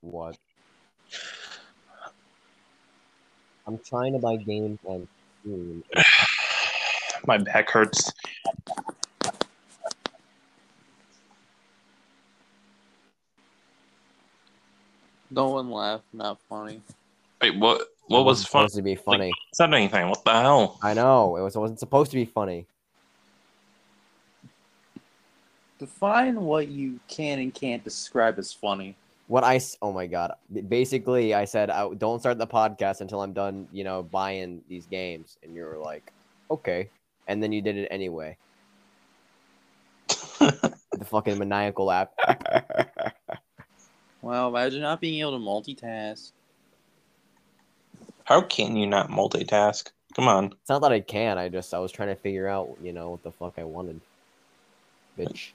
what? I'm trying to buy games on Steam. My back hurts. No one laughed. Not funny. Wait, what? What It was wasn't fun? supposed to be funny? It's not anything. What the hell? I know it was. It wasn't supposed to be funny. Define what you can and can't describe as funny. What I s- oh my god! Basically, I said I, don't start the podcast until I'm done. You know, buying these games, and you were like, okay, and then you did it anyway. the fucking maniacal app. Wow, imagine not being able to multitask. How can you not multitask? Come on. It's not that I can. I just I was trying to figure out, you know, what the fuck I wanted. Bitch.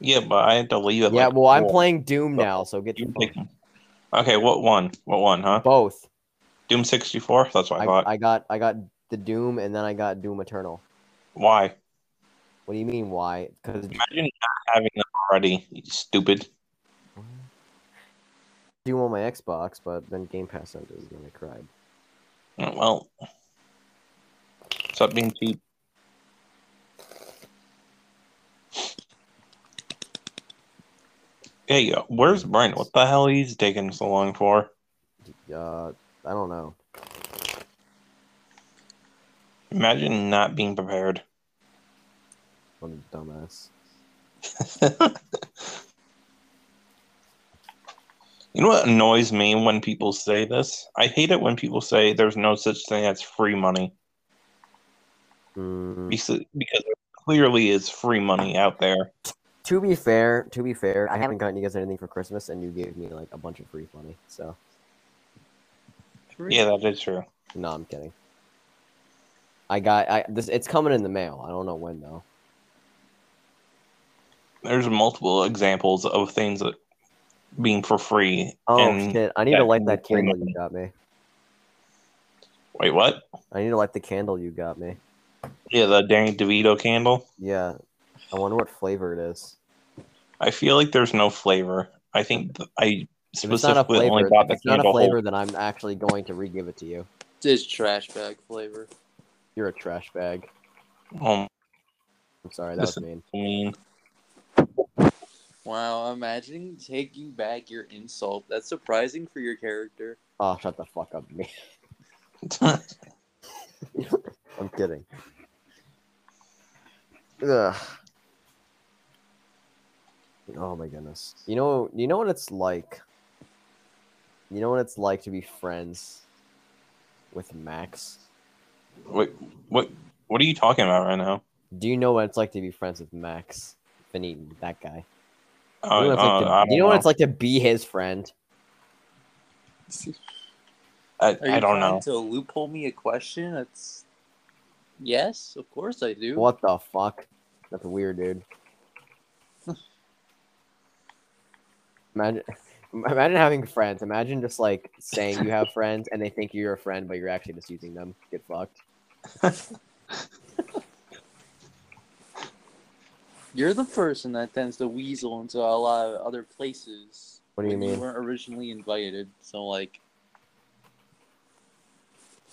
Yeah, but I had to leave it. Yeah. like, Well, I'm four. playing Doom Oh, now, so get the You fuck- pick- Okay, what one? What one, huh? both. Doom 64? That's what I, I, thought. I got I got the Doom, and then I got Doom Eternal. Why? What do you mean? Why? Because Imagine not having them already, you stupid. Doom on my Xbox, but then Game Pass sent it, and I cried. Oh, Well, stop being cheap. There you go. uh, Where's Brent? What the hell he's taking so long for? Uh, I don't know. Imagine not being prepared. I'm a dumbass. You know what annoys me when people say this? I hate it when people say there's no such thing as free money Mm. because because there clearly is free money out there. To be fair, to be fair, I haven't gotten you guys anything for Christmas, and you gave me like a bunch of free money. So Yeah, that is true. no, I'm kidding. I got I this. It's coming in the mail. I don't know when though. There's multiple examples of things that being for free. Oh and shit! I need yeah, to light and that free candle you money. got me. wait, what? I need to light the candle you got me. Yeah, the Danny DeVito candle. Yeah. I wonder what flavor it is. I feel like there's no flavor. I think th- I If it's not a specifically only flavor, bought if the it's not a candle. whole- flavor, then I'm actually going to re-give it to you. This trash bag flavor. You're a trash bag. Oh, I'm sorry, that Listen. was mean. I mean, Wow, imagine taking back your insult. That's surprising for your character. Oh, shut the fuck up, me. I'm kidding. Ugh. Oh my goodness. You know, you know what it's like. You know what it's like to be friends with Max. wait, what? What are you talking about right now? Do you know what it's like to be friends with Max? Been eating that guy. you know, Uh, what it's, like to, uh, I you know don't what it's like to be his friend. I, Are you I don't trying know. To loophole me a question, that's yes, of course I do. What the fuck? That's weird, dude. Imagine, imagine having friends. Imagine just like saying you have friends and they think you're a friend, but you're actually just using them. Get fucked. You're the person that tends to weasel into a lot of other places. What do you when mean? weren't originally invited, so like,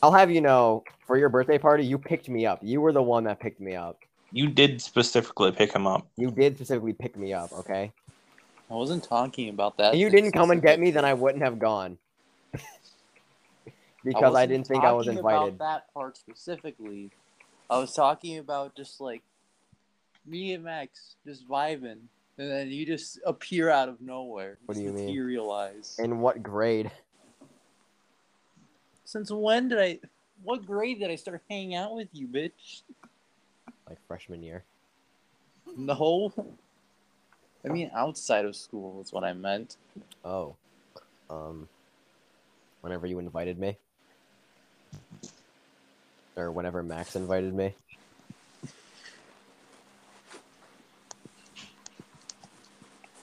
I'll have you know, for your birthday party, you picked me up. You were the one that picked me up. You did specifically pick him up. You did specifically pick me up, okay? I wasn't talking about that. And you didn't come and get me, then I wouldn't have gone. because I, wasn't didn't think I was talking invited. About that part specifically, I was talking about just like me and Max just vibing, and then you just appear out of nowhere. What do Just you mean? Materialize. In what grade? Since when did I? What grade did I start hanging out with you, bitch? Like freshman year. No. I mean, outside of school is what I meant. Oh. Um whenever you invited me. Or whenever Max invited me.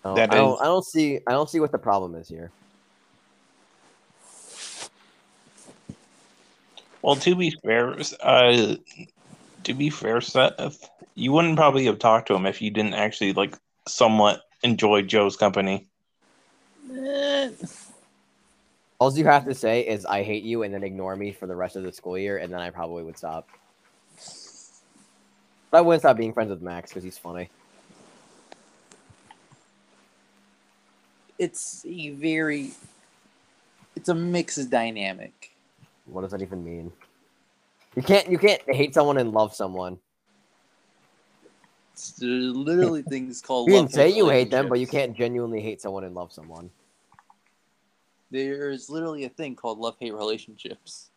Oh, That I, is- don't, I don't see I don't see what the problem is here. Well, to be fair, uh, to be fair, Seth, you wouldn't probably have talked to him if you didn't actually like somewhat enjoy Joe's company. All you have to say is I hate you and then ignore me for the rest of the school year, and then I probably would stop. But I wouldn't stop being friends with Max because he's funny. It's a very, it's a mixed dynamic. What does that even mean? You can't you can't hate someone and love someone. It's- There's literally things called. You can love say you hate them, but you relationships. can't genuinely hate someone and love someone. There's literally a thing called love hate relationships.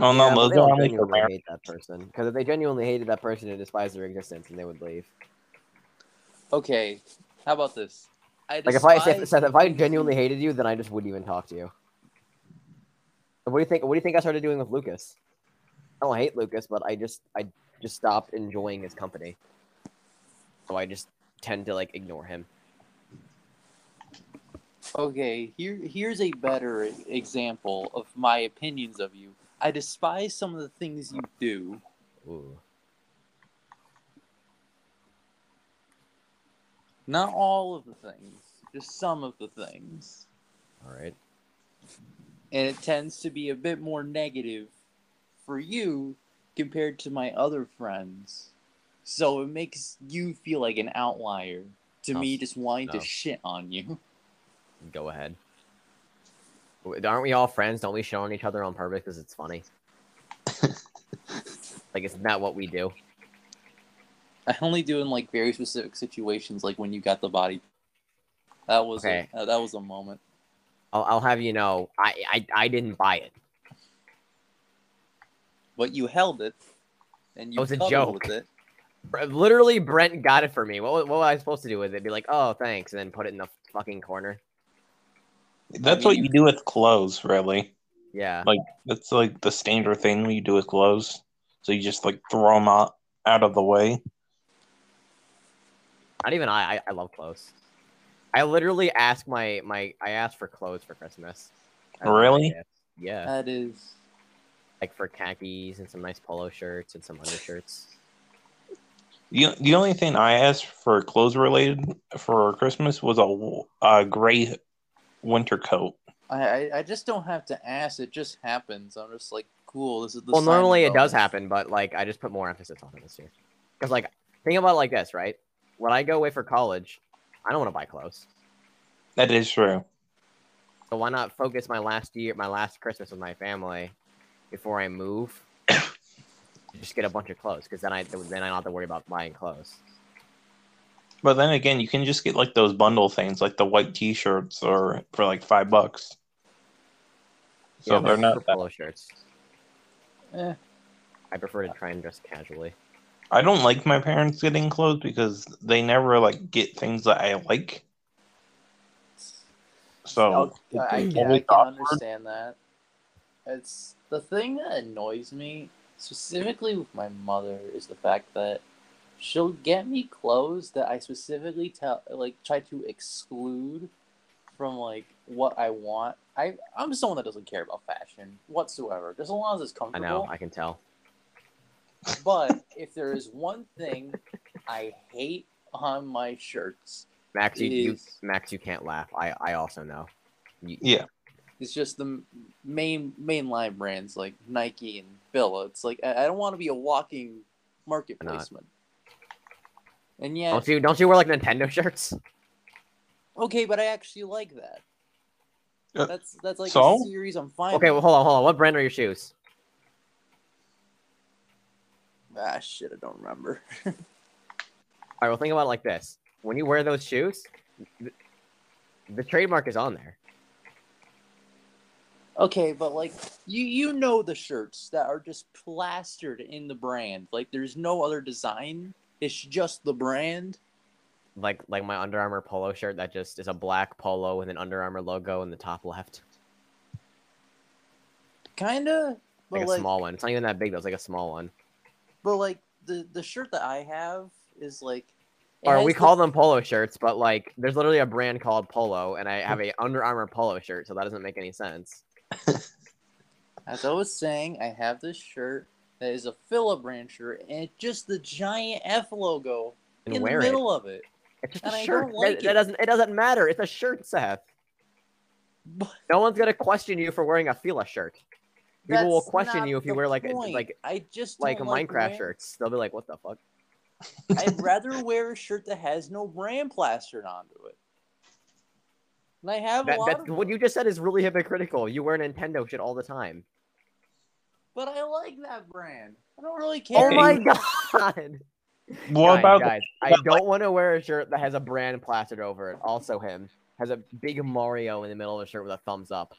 Oh no, Yeah, but those they are don't only for genuinely parents. hate that person because if they genuinely hated that person and despised their existence, and they would leave. Okay, how about this? I Like if I despise if, Seth, if I anything- genuinely hated you, then I just wouldn't even talk to you. And what do you think? What do you think I started doing with Lucas? I don't hate Lucas, but I just I just stopped enjoying his company. So I just tend to like ignore him. Okay, here here's a better example of my opinions of you. I despise some of the things you do. Ooh. Not all of the things, just some of the things. All right. And it tends to be a bit more negative for you compared to my other friends. So it makes you feel like an outlier to No. me just wanting No. to shit on you. Go ahead. W- Aren't we all friends? Don't we shit on each other on purpose because it's funny? like, isn't that what we do? I only do in like very specific situations like when you got the body. That was Okay. a, uh, that was a moment. I'll, I'll have you know, I, I I didn't buy it. but you held it and you That was a cuddled joke. with it. Br- Literally, Brent got it for me. What, wa- what was I supposed to do with it? Be like, oh, thanks, and then put it in the fucking corner. That's what you do with clothes, really. Yeah. Like that's like the standard thing you do with clothes. So you just like throw them out, out of the way. Not even I. I, I love clothes. I literally asked my my I asked for clothes for Christmas. That's my Really? gift. Yeah. That is Like for khakis and some nice polo shirts and some undershirts. You, the only thing I asked for clothes related for Christmas was a, w- a gray winter coat. I, I I just don't have to ask, it just happens. I'm just like, cool, this is the well sign normally it of does us. happen but like i just put more emphasis on it this year because like think about it like this right when i go away for college i don't want to buy clothes That is true. so why not focus my last year my last christmas with my family before i move just get a bunch of clothes because then i then i don't have to worry about buying clothes But then again, you can just get like those bundle things, like the white T-shirts, or for like five bucks. So Yeah, they're but not. for That, polo shirts Eh, i prefer to try and dress casually I don't like my parents getting clothes because they never like get things that I like. So I'll- I, I, it's can, I always can awkward. understand that. It's the thing that annoys me, specifically with my mother, is the fact that she'll get me clothes that I specifically tell, like, try to exclude from like what I want. I I'm someone that doesn't care about fashion whatsoever, just as long as it's i comfortable. know i can tell But if there is one thing I hate on my shirts, max you, you Jeez. max you can't laugh i i also know You- Yeah, it's just the main mainline brands like Nike and Billa. It's like I, I don't want to be a walking market Why not? placement. And yeah, don't you don't you wear like nintendo shirts okay, but I actually like that. Uh, That's that's like so? a series I'm fine. okay well with. hold on hold on what brand are your shoes ah shit, I don't remember. All right, well, think about it like this: when you wear those shoes, th- the trademark is on there. Okay, but like you you know the shirts that are just plastered in the brand. Like there's no other design. It's just the brand. Like, like my Under Armour polo shirt that just is a black polo with an Under Armour logo in the top left, Kinda, but like a like small one. It's not even that big. though. It's like a small one. but like the the shirt that I have is like it Or has we the- call them polo shirts, but like, there's literally a brand called Polo, and I have a Under Armour polo shirt, so that doesn't make any sense. As I was saying, I have this shirt that is a Phila brand shirt, and it's just the giant F logo And in the wear it. middle of it. It's just and a I shirt. don't like that, that it. doesn't. It doesn't matter. It's a shirt, Seth. But No one's gonna question you for wearing a Fila shirt. People will that's question not you if you the wear like a, point. like I just like don't Minecraft wearing- shirts. They'll be like, "What the fuck?" I'd rather wear a shirt that has no brand plastered onto it. And I have That, a lot that of what you just said is really hypocritical. You wear Nintendo shit all the time. But I like that brand. I don't really care. Oh Okay. my god! What Guys, about guys? I about, don't want to wear a shirt that has a brand plastered over it. Also, him has a big Mario in the middle of the shirt with a thumbs up.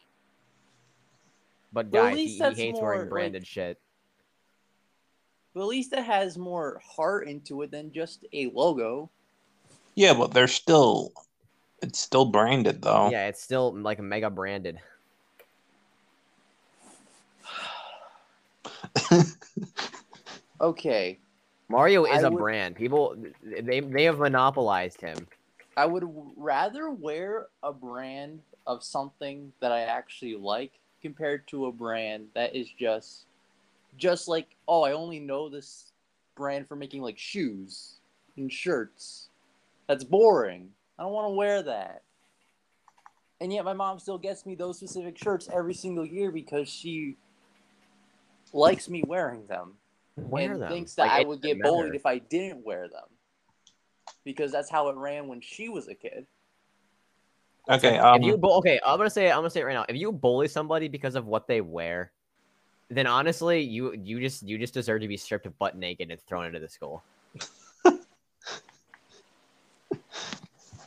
But Well, at guys, he, least he that's hates more, wearing like- branded shit. But at least it has more heart into it than just a logo. Yeah, but they're still it's still branded though. Yeah, it's still like mega branded. Okay, Mario is I a would- brand. People they they have monopolized him. I would w- rather wear a brand of something that I actually like compared to a brand that is just just like, oh, I only know this brand for making like shoes and shirts. That's boring. I don't want to wear that. And yet my mom still gets me those specific shirts every single year because she likes me wearing them Wear and them. thinks that Like, I it would doesn't get bullied matter. if I didn't wear them. Because that's how it ran when she was a kid. Okay, um if you bu- okay, I'm gonna say I'm gonna say it right now. If you bully somebody because of what they wear, then honestly, you you just you just deserve to be stripped butt naked and thrown into the school.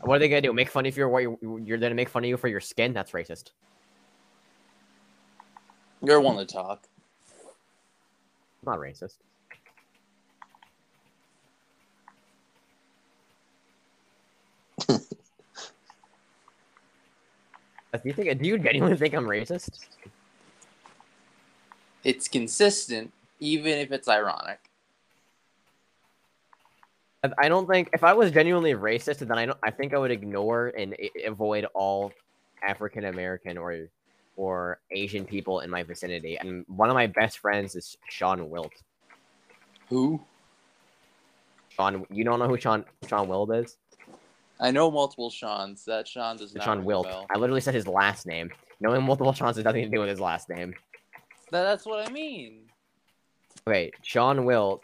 what are they gonna do? Make fun of your what you- you're gonna make fun of you for your skin? That's racist. You're one to talk. It's not racist. Do you think? Do you genuinely think I'm racist? It's consistent, even if it's ironic. I- I don't think if I was genuinely racist, then I don't. I think I would ignore and a- avoid all African American or or Asian people in my vicinity. And one of my best friends is Sean Wilt. Who? Sean, you don't know who Sean Sean Wilt is? I know multiple Seans. That Sean does not. Sean ring a Wilt. bell. I literally said his last name. Knowing multiple Sean's has nothing to do with his last name. That, that's what I mean. Wait, Sean Wilt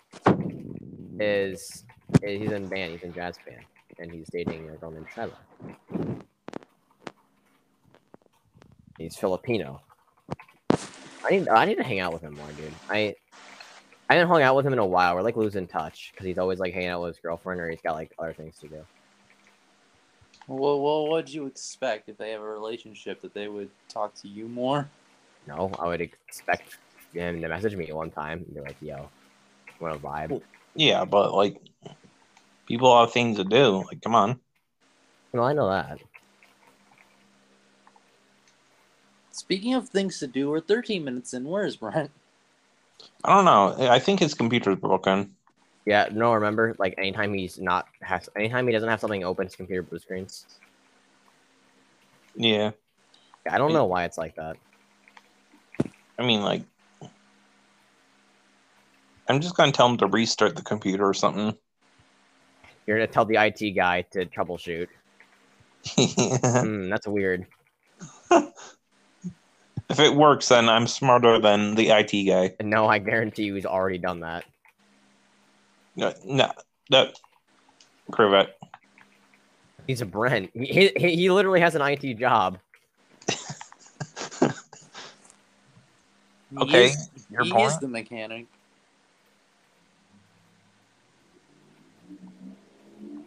is he's in a band. He's in jazz band, and he's dating a girl named Shiloh. He's Filipino. I need I need to hang out with him more, dude. I I haven't hung out with him in a while. We're like losing touch because he's always like hanging out with his girlfriend, or he's got like other things to do. Well, well, what'd you expect if they have a relationship that they would talk to you more? No, I would expect him to message me one time and be like, "Yo, what a vibe." yeah, but like people have things to do. Like, come on. Well, I know that. Speaking of things to do, we're 13 minutes in. Where is Brent? I don't know. I think his computer's broken. Yeah, no, remember, like anytime he's not has anytime he doesn't have something open, his computer blue screens. Yeah. I don't Hey. know why it's like that. I mean like I'm just gonna tell him to restart the computer or something. You're gonna tell the IT guy to troubleshoot. Hmm, that's weird. if it works then I'm smarter than the IT guy. And no, I guarantee you he's already done that. No, no, no. Prove it. He's a Brent. He, he, he literally has an IT job. He Okay, is- your he point. is the mechanic.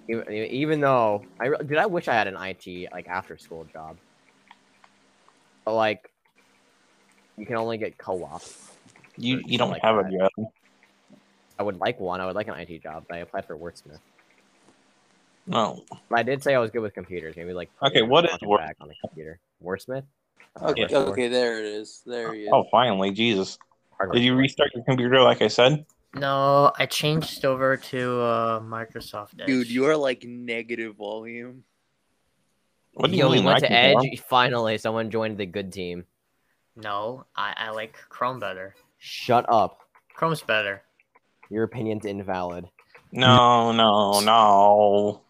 Even, E, even though I re- dude, I wish I had an IT like after school job. But like, you can only get co-op. You Or you don't something like have that. a job. I would like one. I would like an IT job. But I applied for wordsmith. No. But I did say I was good with computers. Maybe like Okay, put what it is on wor- back on the computer? Wordsmith. Uh, Okay, hardware store? okay, there it is. There he is. Oh, finally, Jesus! Hardware Did you store. restart your computer like I said? No, I changed over to uh, Microsoft Edge. Dude, you are like negative volume. What do Yo, you we mean? went I to can Edge. tell. Finally, someone joined the good team. No, I, I like Chrome better. Shut up. Chrome's better. Your opinion's invalid. No, no, no.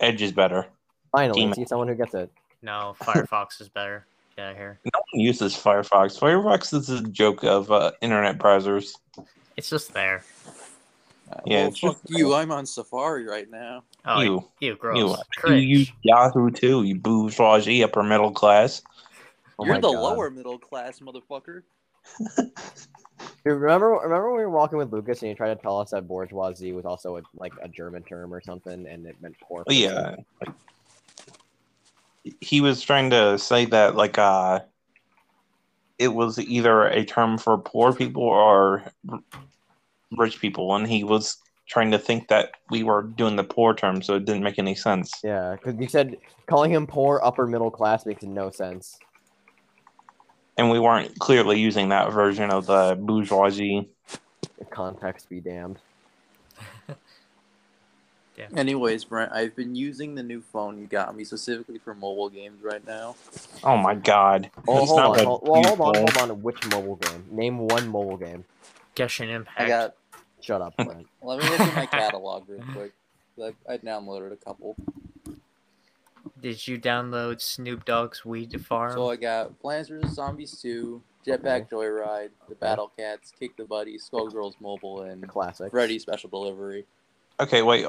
Edge is better. Finally, Team- see someone who gets it. No, Firefox is better. Get out of here. No one uses Firefox. Firefox is a joke of uh, internet browsers. It's just there. Uh, Yeah, well, it's just- fuck you. I'm on Safari right now. Oh, you, Ew. you gross. You, you Cringe. use Yahoo too, you bourgeoisie upper middle class. Oh You're my the God. lower middle class motherfucker. Dude, remember, remember when we were walking with Lucas and he tried to tell us that bourgeoisie was also a, like a German term or something, and it meant poor. But Oh, yeah. like, he was trying to say that like uh it was either a term for poor people or r- rich people and he was trying to think that we were doing the poor term so it didn't make any sense. Yeah, because you said calling him poor upper middle class makes no sense. And we weren't clearly using that version of the bourgeoisie. If context be damned. Anyways, Brent, I've been using the new phone you got me specifically for mobile games right now. Oh my god. Oh, That's hold not on. a Hold, well, hold on, useful- hold on. Which mobile game? Name one mobile game. Genshin Impact. I got. Shut up, Brent. Let me look at my catalog real quick. Like, I downloaded a couple. Did you download Snoop Dogg's Weed Farm? So I got Plants vs Zombies 2, Jetpack Joyride, The Battle Cats, Kick the Buddy, Skullgirls Mobile, the and classic. Freddy's Special Delivery. Okay, wait.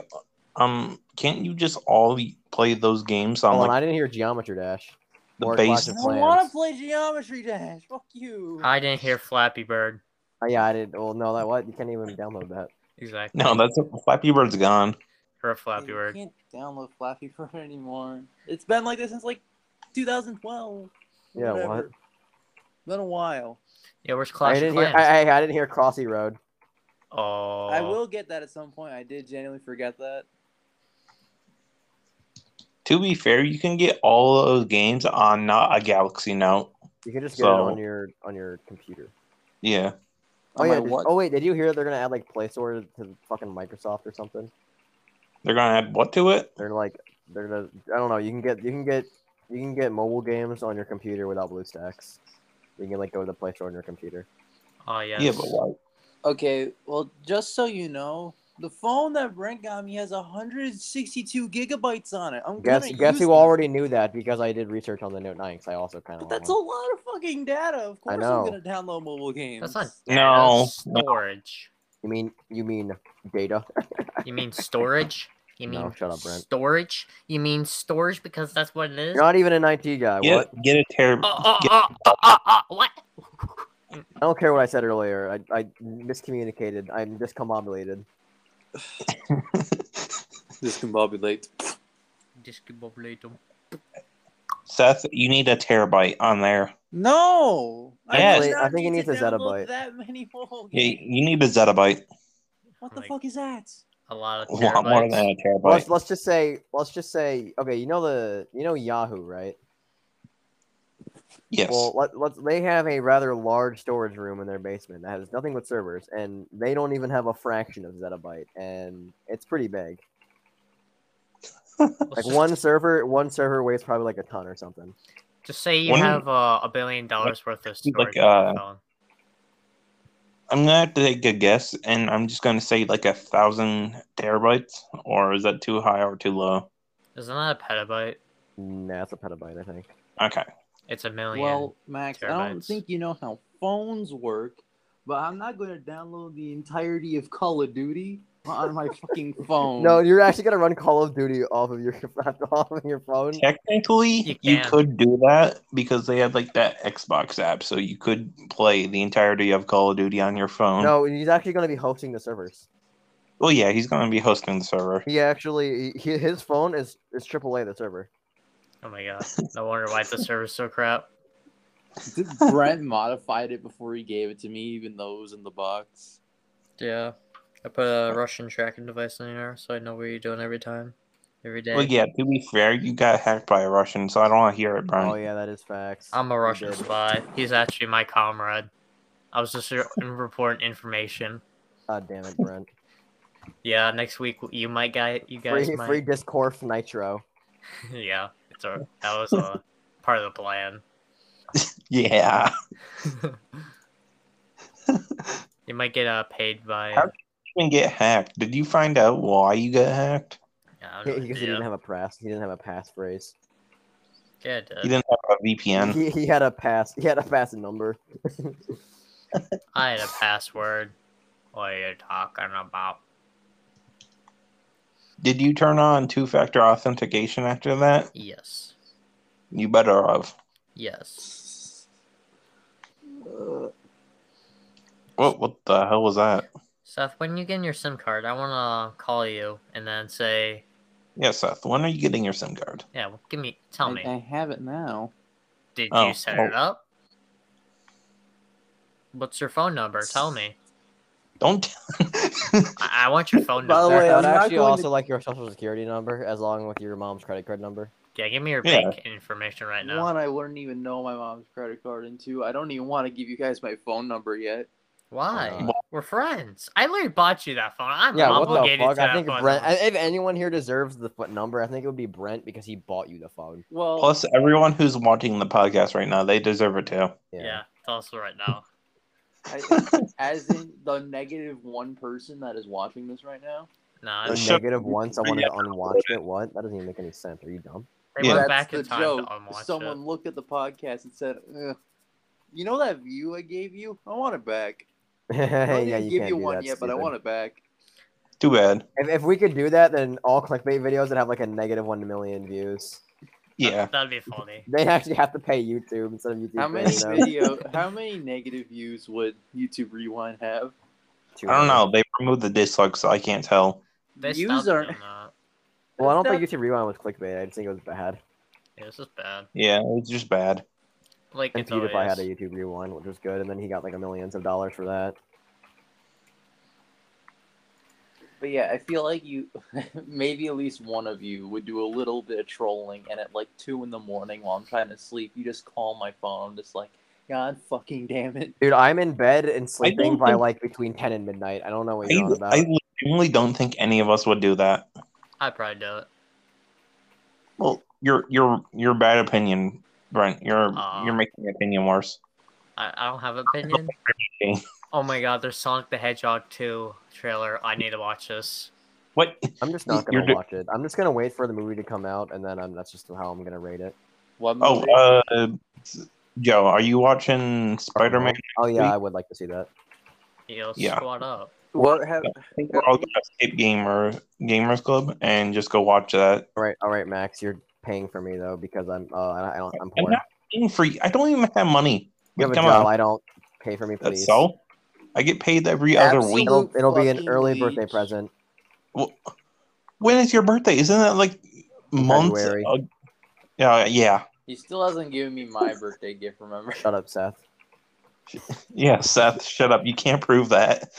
Um, can't you just all y- play those games on Hold on, like I didn't hear Geometry Dash. the Or base? Clash of I Clans. want to play Geometry Dash. Fuck you. I didn't hear Flappy Bird. Oh, yeah, I didn't. Well, no, that what? You can't even download that. Exactly. No, that's Flappy Bird's gone. Her Flappy You Bird. can't download Flappy Bird anymore. It's been like this since like 2012. Yeah, Whatever. what? Been a while. Yeah, where's I Clash of didn't hear. Clans? I, I, I didn't hear Crossy Road. oh, I will get that at some point. I did genuinely forget that. To be fair, you can get all of those games on not a Galaxy Note. You can just get it So- on your on your computer. Yeah. Oh On yeah. my Did, what? oh wait, did you hear that they're gonna add like Play Store to fucking Microsoft or something? They're gonna add what to it? They're like they're gonna. I don't know. You can get you can get you can get mobile games on your computer without BlueStacks. You can like go to the Play Store on your computer. Oh yes. Yeah, but why? Okay, well, just so you know, the phone that Brent got me has 162 gigabytes on it. I'm Guess gonna guess use who that. already knew that because I did research on the Note 9 because I also kind of. But that's a lot of fucking data. Of course, know. I'm gonna download mobile games. That's not No, that's storage. You mean you mean data? You mean storage? You mean No, shut up, Brent. storage? You mean storage because that's what it is? You're not even an IT guy. Get, What? get a ter- Oh, oh, oh, oh, oh, oh, what? I don't care what I said earlier. I, I miscommunicated. I'm discombobulated. discombobulate. Discombobulate 'em. Seth, you need a terabyte on there. No, Yes. do not I think it need to needs a download zettabyte. That many mobile Yeah, games. you need a zettabyte. What the Like- fuck is that? A lot of A lot more terabytes. than a terabyte. Let's, let's just say let's just say okay. You know the you know Yahoo right? Yes. Well, let, let's they have a rather large storage room in their basement that has nothing but servers, and they don't even have a fraction of zettabyte, and it's pretty big. Like Let's just- one server, one server weighs probably like a ton or something. Just say you One- have uh, a billion dollars worth of like, storage on uh, your phone. I'm gonna have to take a guess, and I'm just gonna say like a thousand terabytes, or is that too high or too low? Isn't that a petabyte? Nah, that's a petabyte, I think. Okay. It's a million. Well, Max, I don't terabytes. think you know how phones work, but I'm not going to download the entirety of Call of Duty on my fucking phone. No, you're actually gonna run Call of Duty off of your off of your phone. You Technically, you, can. could do that because they have like that Xbox app, so you could play the entirety of Call of Duty on your phone. No, he's actually gonna be hosting the servers. Well, yeah, he's gonna be hosting the server. He actually he, his phone is is AAA the server. oh my god. No wonder why the server's so crap. Brent modified it before he gave it to me, even though it was in the box. Yeah. I put a Russian tracking device in there so I know what you're doing every time. Every day. Well, yeah. To be fair, you got hacked by a Russian, so I don't want to hear it, Brian. Oh yeah, that is facts. I'm a Russian did. spy. He's actually my comrade. I was just re- reporting information. God damn it, Brent. Yeah, next week you might guy you guys free, might. free Discord Nitro. yeah, it's a that was a part of the plan. yeah. you might get uh, paid by. How- You Even get hacked? Did you find out why you got hacked? Yeah, I have He- no Because he idea. didn't have a press. He didn't have a passphrase. Yeah, it He did. didn't have a VPN. He, he had a pass. He had a pass number. I had a password. What are you talking about? Did you turn on two factor authentication after that? Yes. You better have. Yes. Uh, What what the hell was that? Seth, when you get your SIM card, I want to call you and then say, Yeah, Seth, when are you getting your SIM card? yeah, well, give me, tell I- me, I have it now. did oh, you set oh. it up? What's your phone number? Tell me. Don't I, I want your phone By the number. way, I'm I'd not actually going also to- like your social security number, as long with your mom's credit card number. Yeah, give me your Yeah. bank information right now. One, I wouldn't even know my mom's credit card, and two, I don't even want to give you guys my phone number yet. Why? Uh, We're friends. I literally bought you that phone. I'm yeah, what the obligated fuck? to I that think phone. Brent. number. If anyone here deserves the foot number, I think it would be Brent because he bought you the phone. Well, Plus, everyone who's watching the podcast right now, they deserve it too. yeah. tell us right now. I, as in the negative one person that is watching this right now. No, A I- Shut- negative one, someone to Yeah. unwatch it. What? That doesn't even make any sense. Are you dumb? they Yeah. That's went back the in time joke. to unwatch Someone it. looked at the podcast and said, Ugh, "You know that view I gave you? I want it back. I yeah, don't even you give can't you do one that, yet, but I stupid. want it back." Too bad. If, if we could do that, then all clickbait videos that have like a negative one million views, Yeah. That'd be funny. they actually have to pay YouTube instead of YouTube. How many paying them. video? How many negative views would YouTube Rewind have? I don't know. They removed the dislikes, so I can't tell. They Views stopped aren't- doing that. Well, I don't That's think YouTube Rewind was clickbait. I just think it was bad. Yeah, this is bad. Yeah, it's just bad. Like And it's PewDiePie always. had a YouTube Rewind, which was good, and then he got like a millions of dollars for that. But yeah, I feel like you, maybe at least one of you would do a little bit of trolling, and at like two in the morning while I'm trying to sleep, you just call my phone, just like, God fucking damn it. Dude, I'm in bed and sleeping by think- like between ten and midnight. I don't know what I, you're on about. I legitimately don't think any of us would do that. I probably do it. Well, your your your bad opinion, Brent. You're Uh. Aw. you're making the opinion worse. I, I don't have opinion. oh my god, there's Sonic the Hedgehog 2 trailer. I need to watch this. What? I'm just not You're gonna do- watch it. I'm just gonna wait for the movie to come out, and then I'm, that's just how I'm gonna rate it. What Oh, movie? uh, Joe, are you watching Spider Man? Oh yeah, I would like to see that. Yo, Yeah. squad up. what have, I Uh-huh. think we're all gonna escape gamer gamers club and just go watch that. All right, all right, Max, you're paying for me though because I'm uh, I don't, I'm I'm poor. not paying for you. I don't even have money. You have a Come job. on, I don't pay for me, that's please. so. I get paid every other week. It'll, it'll be an Fucking early leech. birthday present. Well, when is your birthday? Isn't that like months? February. ag- Yeah, yeah, he still hasn't given me my birthday gift, remember? Shut up, Seth. yeah. Seth, shut up. You can't prove that.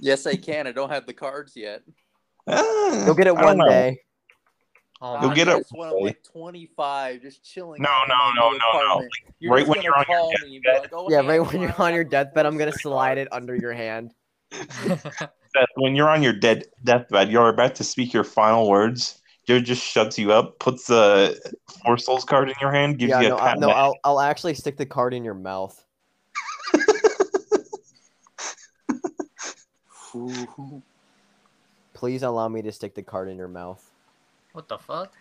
yes, I can. I don't have the cards yet. Ah, You'll get it I don't one know. day. Oh, You'll my- get it That's when I'm like 25, just chilling. No, out in no, my no, new no, no. apartment. You're Right just when gonna you're on your call me and be like, "Oh, Yeah, hey, right so when I you're don't on have your my deathbed, I'm gonna cards." slide it under your hand. Seth, when you're on your dead deathbed, you're about to speak your final words. Joe just shuts you up, puts the Four Souls card in your hand, gives Yeah, you a no, I, pat. no, on the I'll I'll actually stick the card in your mouth. Please allow me to stick the card in your mouth. what the fuck?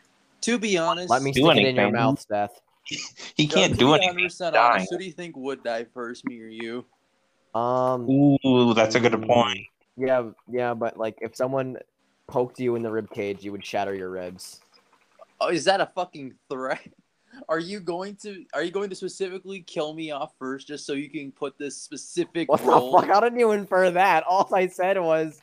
To be honest, Let me Do stick it in your anything. mouth, Seth. He can't do anything. Honest, who do you think would die first, me or you? Um, Ooh, that's a good point. yeah, yeah, but like if someone poked you in the rib cage, you would shatter your ribs. Oh, is that a fucking threat? Are you going to are you going to specifically kill me off first just so you can put this specific What the role? fuck? How did you infer that? All I said was,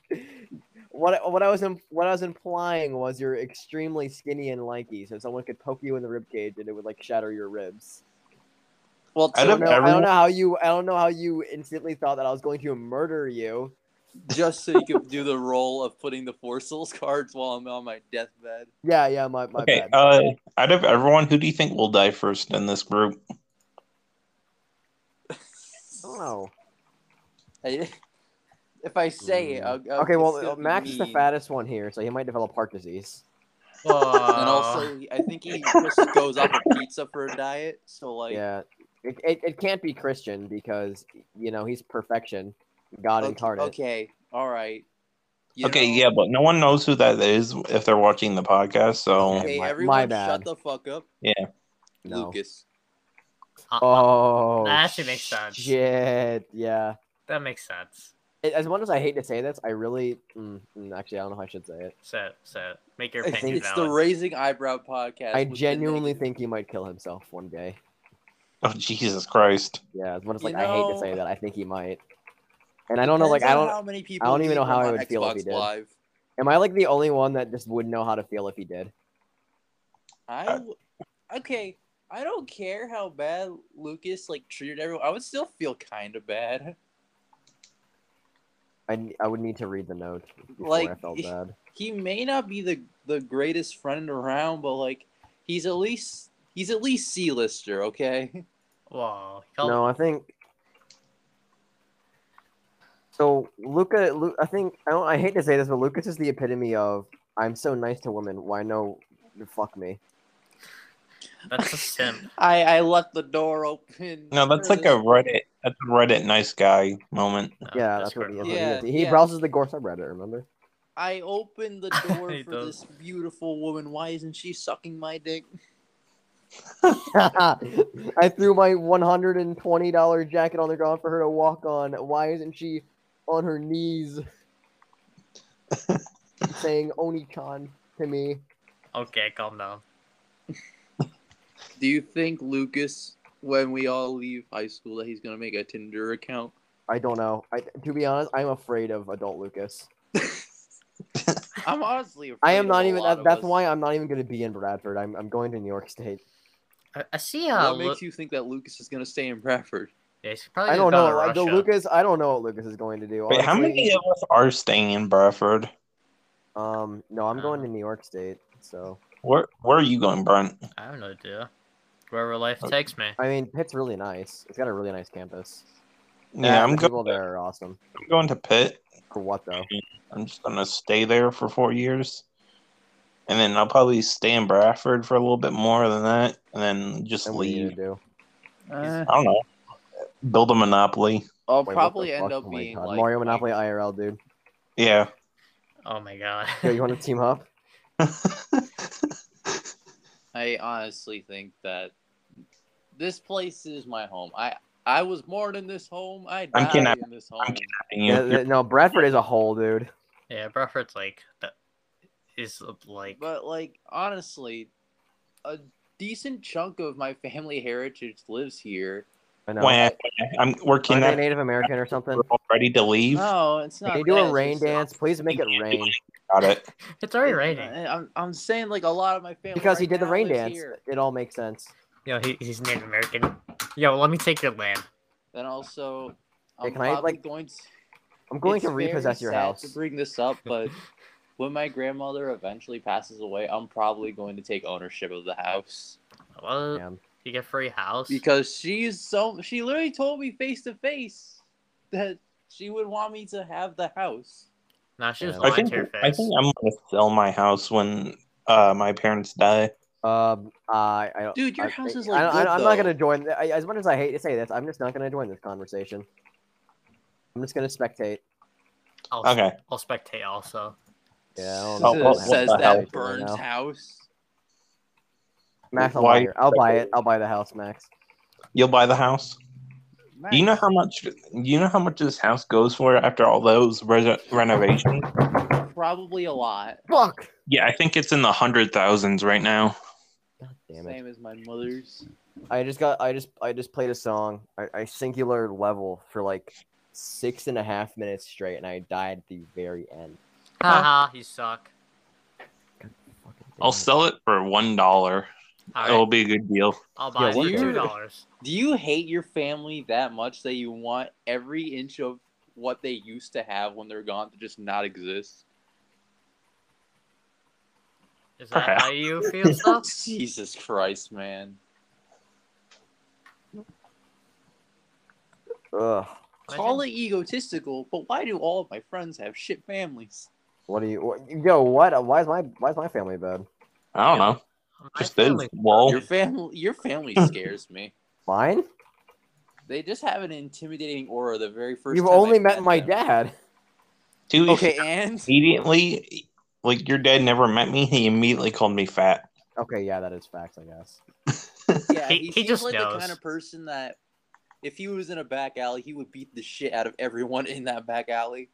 what what I was im- what I was implying was you're extremely skinny and lanky, so someone could poke you in the rib cage and it would like shatter your ribs. Well, I I so don't know. don't now, I don't everyone- know how you. I don't know how you instantly thought that I was going to murder you. just so you could do the role of putting the four souls cards while I'm on my deathbed. Yeah, yeah, my my okay, bad. uh, out of everyone, who do you think will die first in this group? I don't Oh. know. I- if I say it, I'll, I'll Okay, it's well, gonna be Max is the mean. fattest one here, so he might develop heart disease. Whoa. And also, I think he just goes off a pizza for a diet. So like, yeah, it, it, it can't be Christian because you know he's perfection, God okay, incarnate. okay, all right. You okay, know- yeah, but no one knows who that is if they're watching the podcast. So Okay, Hey, Oh, my- everyone, my shut bad. the fuck up. No. Lucas. Uh, Oh, That actually makes sense. Shit, yeah. That makes sense. A- As much as I hate to say this, I really mm, mm, actually I don't know if I should say it. So, so make your I opinion think It's valid. the Raising Eyebrow podcast. I with the genuinely negative. think he might kill himself one day. Oh Jesus Christ! Yeah, as much as You like I hate to know- say that, I think he might. And I don't know, like Depends I on don't. How many people I don't even we know how have I on would feel if he Xbox did. Live. Am I like the only one that just wouldn't know how to feel if he did? I Uh, w- okay. I don't care how bad Lucas like treated everyone. I would still feel kind of bad. I I would need to read the note before I Like, felt he- bad. He may not be the the greatest friend around, but like he's at least he's at least C lister. Okay. Whoa. he called- No, I think. So Luca, Lu, I think I don't. I hate to say this, but Lucas is the epitome of I'm so nice to women. Why no? Fuck me. That's a simp. I I left the door open. No, that's for like a this- Reddit. That's a Reddit nice guy moment. No, yeah, that's what he is. Discord mod. Yeah, he, is. he yeah. browses the Gore subreddit. Remember? I opened the door He for does. this beautiful woman. Why isn't she sucking my dick? I threw my one hundred and twenty dollar jacket on the ground for her to walk on. Why isn't she on her knees saying Oni-chan to me? Okay, calm down. Do you think Lucas, when we all leave high school, that he's gonna make a Tinder account? I don't know. I, to be honest, I'm afraid of adult Lucas. I'm honestly. I afraid am of not a even. lot of That's us. why I'm not even going to be in Bradford. I'm, I'm going to New York State. I, I see how. what makes you think that Lucas is gonna stay in Bradford? probably I don't gonna know. go to like, The Russia. Lucas. I don't know what Lucas is going to do. Wait, how honestly. many of us are staying in Bradford? Um, no, I'm going Uh. to New York State. So Where Where are you going, Brent? I have no idea. Wherever Uh, life takes me. I mean, Pitt's really nice. It's got a really nice campus. Yeah, I'm, the go- people there are awesome. I'm going to Pitt. For what though? I'm just gonna stay there for four years, and then I'll probably stay in Bradford for a little bit more than that, and then just And what do you leave. do? Uh, I don't know. Build a monopoly. I'll Wait, what probably the end fuck? up Oh my being God. like Mario Monopoly IRL, dude. Yeah. Oh my god. Yo, you want to team up? I honestly think that this place is my home. I I was born in this home. I I'm died kidnapped. in this home. Yeah, th- no, Bradford is a hole, dude. yeah, Bradford's like that is like But like honestly, a decent chunk of my family heritage lives here. I know. Wah, wah. I'm we're Aren't they Oh, kidnapped. Native American or something? We're all ready to leave. No, it's not. Can you do that, a it's rain just- dance? Please make it rain. Got it. it's already raining. I- I'm, I'm saying like a lot of my family Because he right did the now rain lives dance. here. It all makes sense. Yo, he, he's Native American. Yo, let me take your land. And also, Hey, I'm can I, probably like, going to. I'm going it's to very repossess your sad house. To bring this up, but when my grandmother eventually passes away, I'm probably going to take ownership of the house Well, Damn. you get free house. because she's so. She literally told me face to face that she would want me to have the house. now she was Yeah. I lying think to your face. I think I'm gonna sell my house when uh my parents die. Um, I, I don't. Dude, your I, house I- is, like, I, good, I, am not though. gonna join. I, as much as I hate to say this, I'm just not gonna join this conversation. I'm just gonna spectate. I'll, Okay. I'll spectate also. Yeah, I don't Oh, know. what- Says- says what the hell? that Right Burns now. house. Max, I'll Why- buy, your, I'll buy it. I'll buy the house, Max. You'll buy the house. Do You know how much you know how much this house goes for after all those re- renovations. probably a lot. Fuck. Yeah, I think it's in the hundred thousands right now. Damn it. Same as my mother's. I just got. I just. I just played a song. I, I singular level for like six and a half minutes straight, and I died at the very end. Haha, you suck. Fucking damn I'll it. sell it for one dollar. It'll Alright, be a good deal. I'll buy Yeah, it what for the- two dollars. Do you hate your family that much that you want every inch of what they used to have when they're gone to just not exist? Is that Perhaps. how you feel stuff? Jesus Christ, man. Ugh. Call it egotistical, but why do all of my friends have shit families? What do you? What, yo, what? Why is my? Why is my family bad? I don't know. My Just is. family- Well, Your family your family scares me. Mine? They just have an intimidating aura the very first You've time only I met my them. dad. two weeks Okay, and immediately, like your dad never met me. He immediately called me fat. Okay, yeah, that is facts, I guess. Yeah, He- he, he seems just like the knows. kind of person that if he was in a back alley, he would beat the shit out of everyone in that back alley.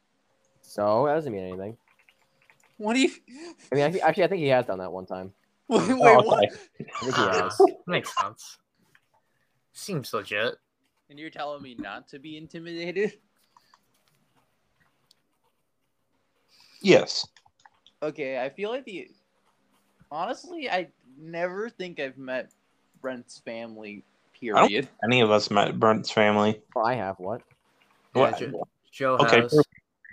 So that doesn't mean anything. What do you? I mean, I thi- actually, I think he has done that one time. wait, wait, Oh, what? I think he Ah, has. makes sense. Seems legit. And you're telling me not to be intimidated? Yes. Okay, I feel like the. Honestly, I never think I've met Brent's family. don't- Period. Any of us met Brent's family. Oh, I have. What? Yeah, What- Joe- Joe Okay, House. sure.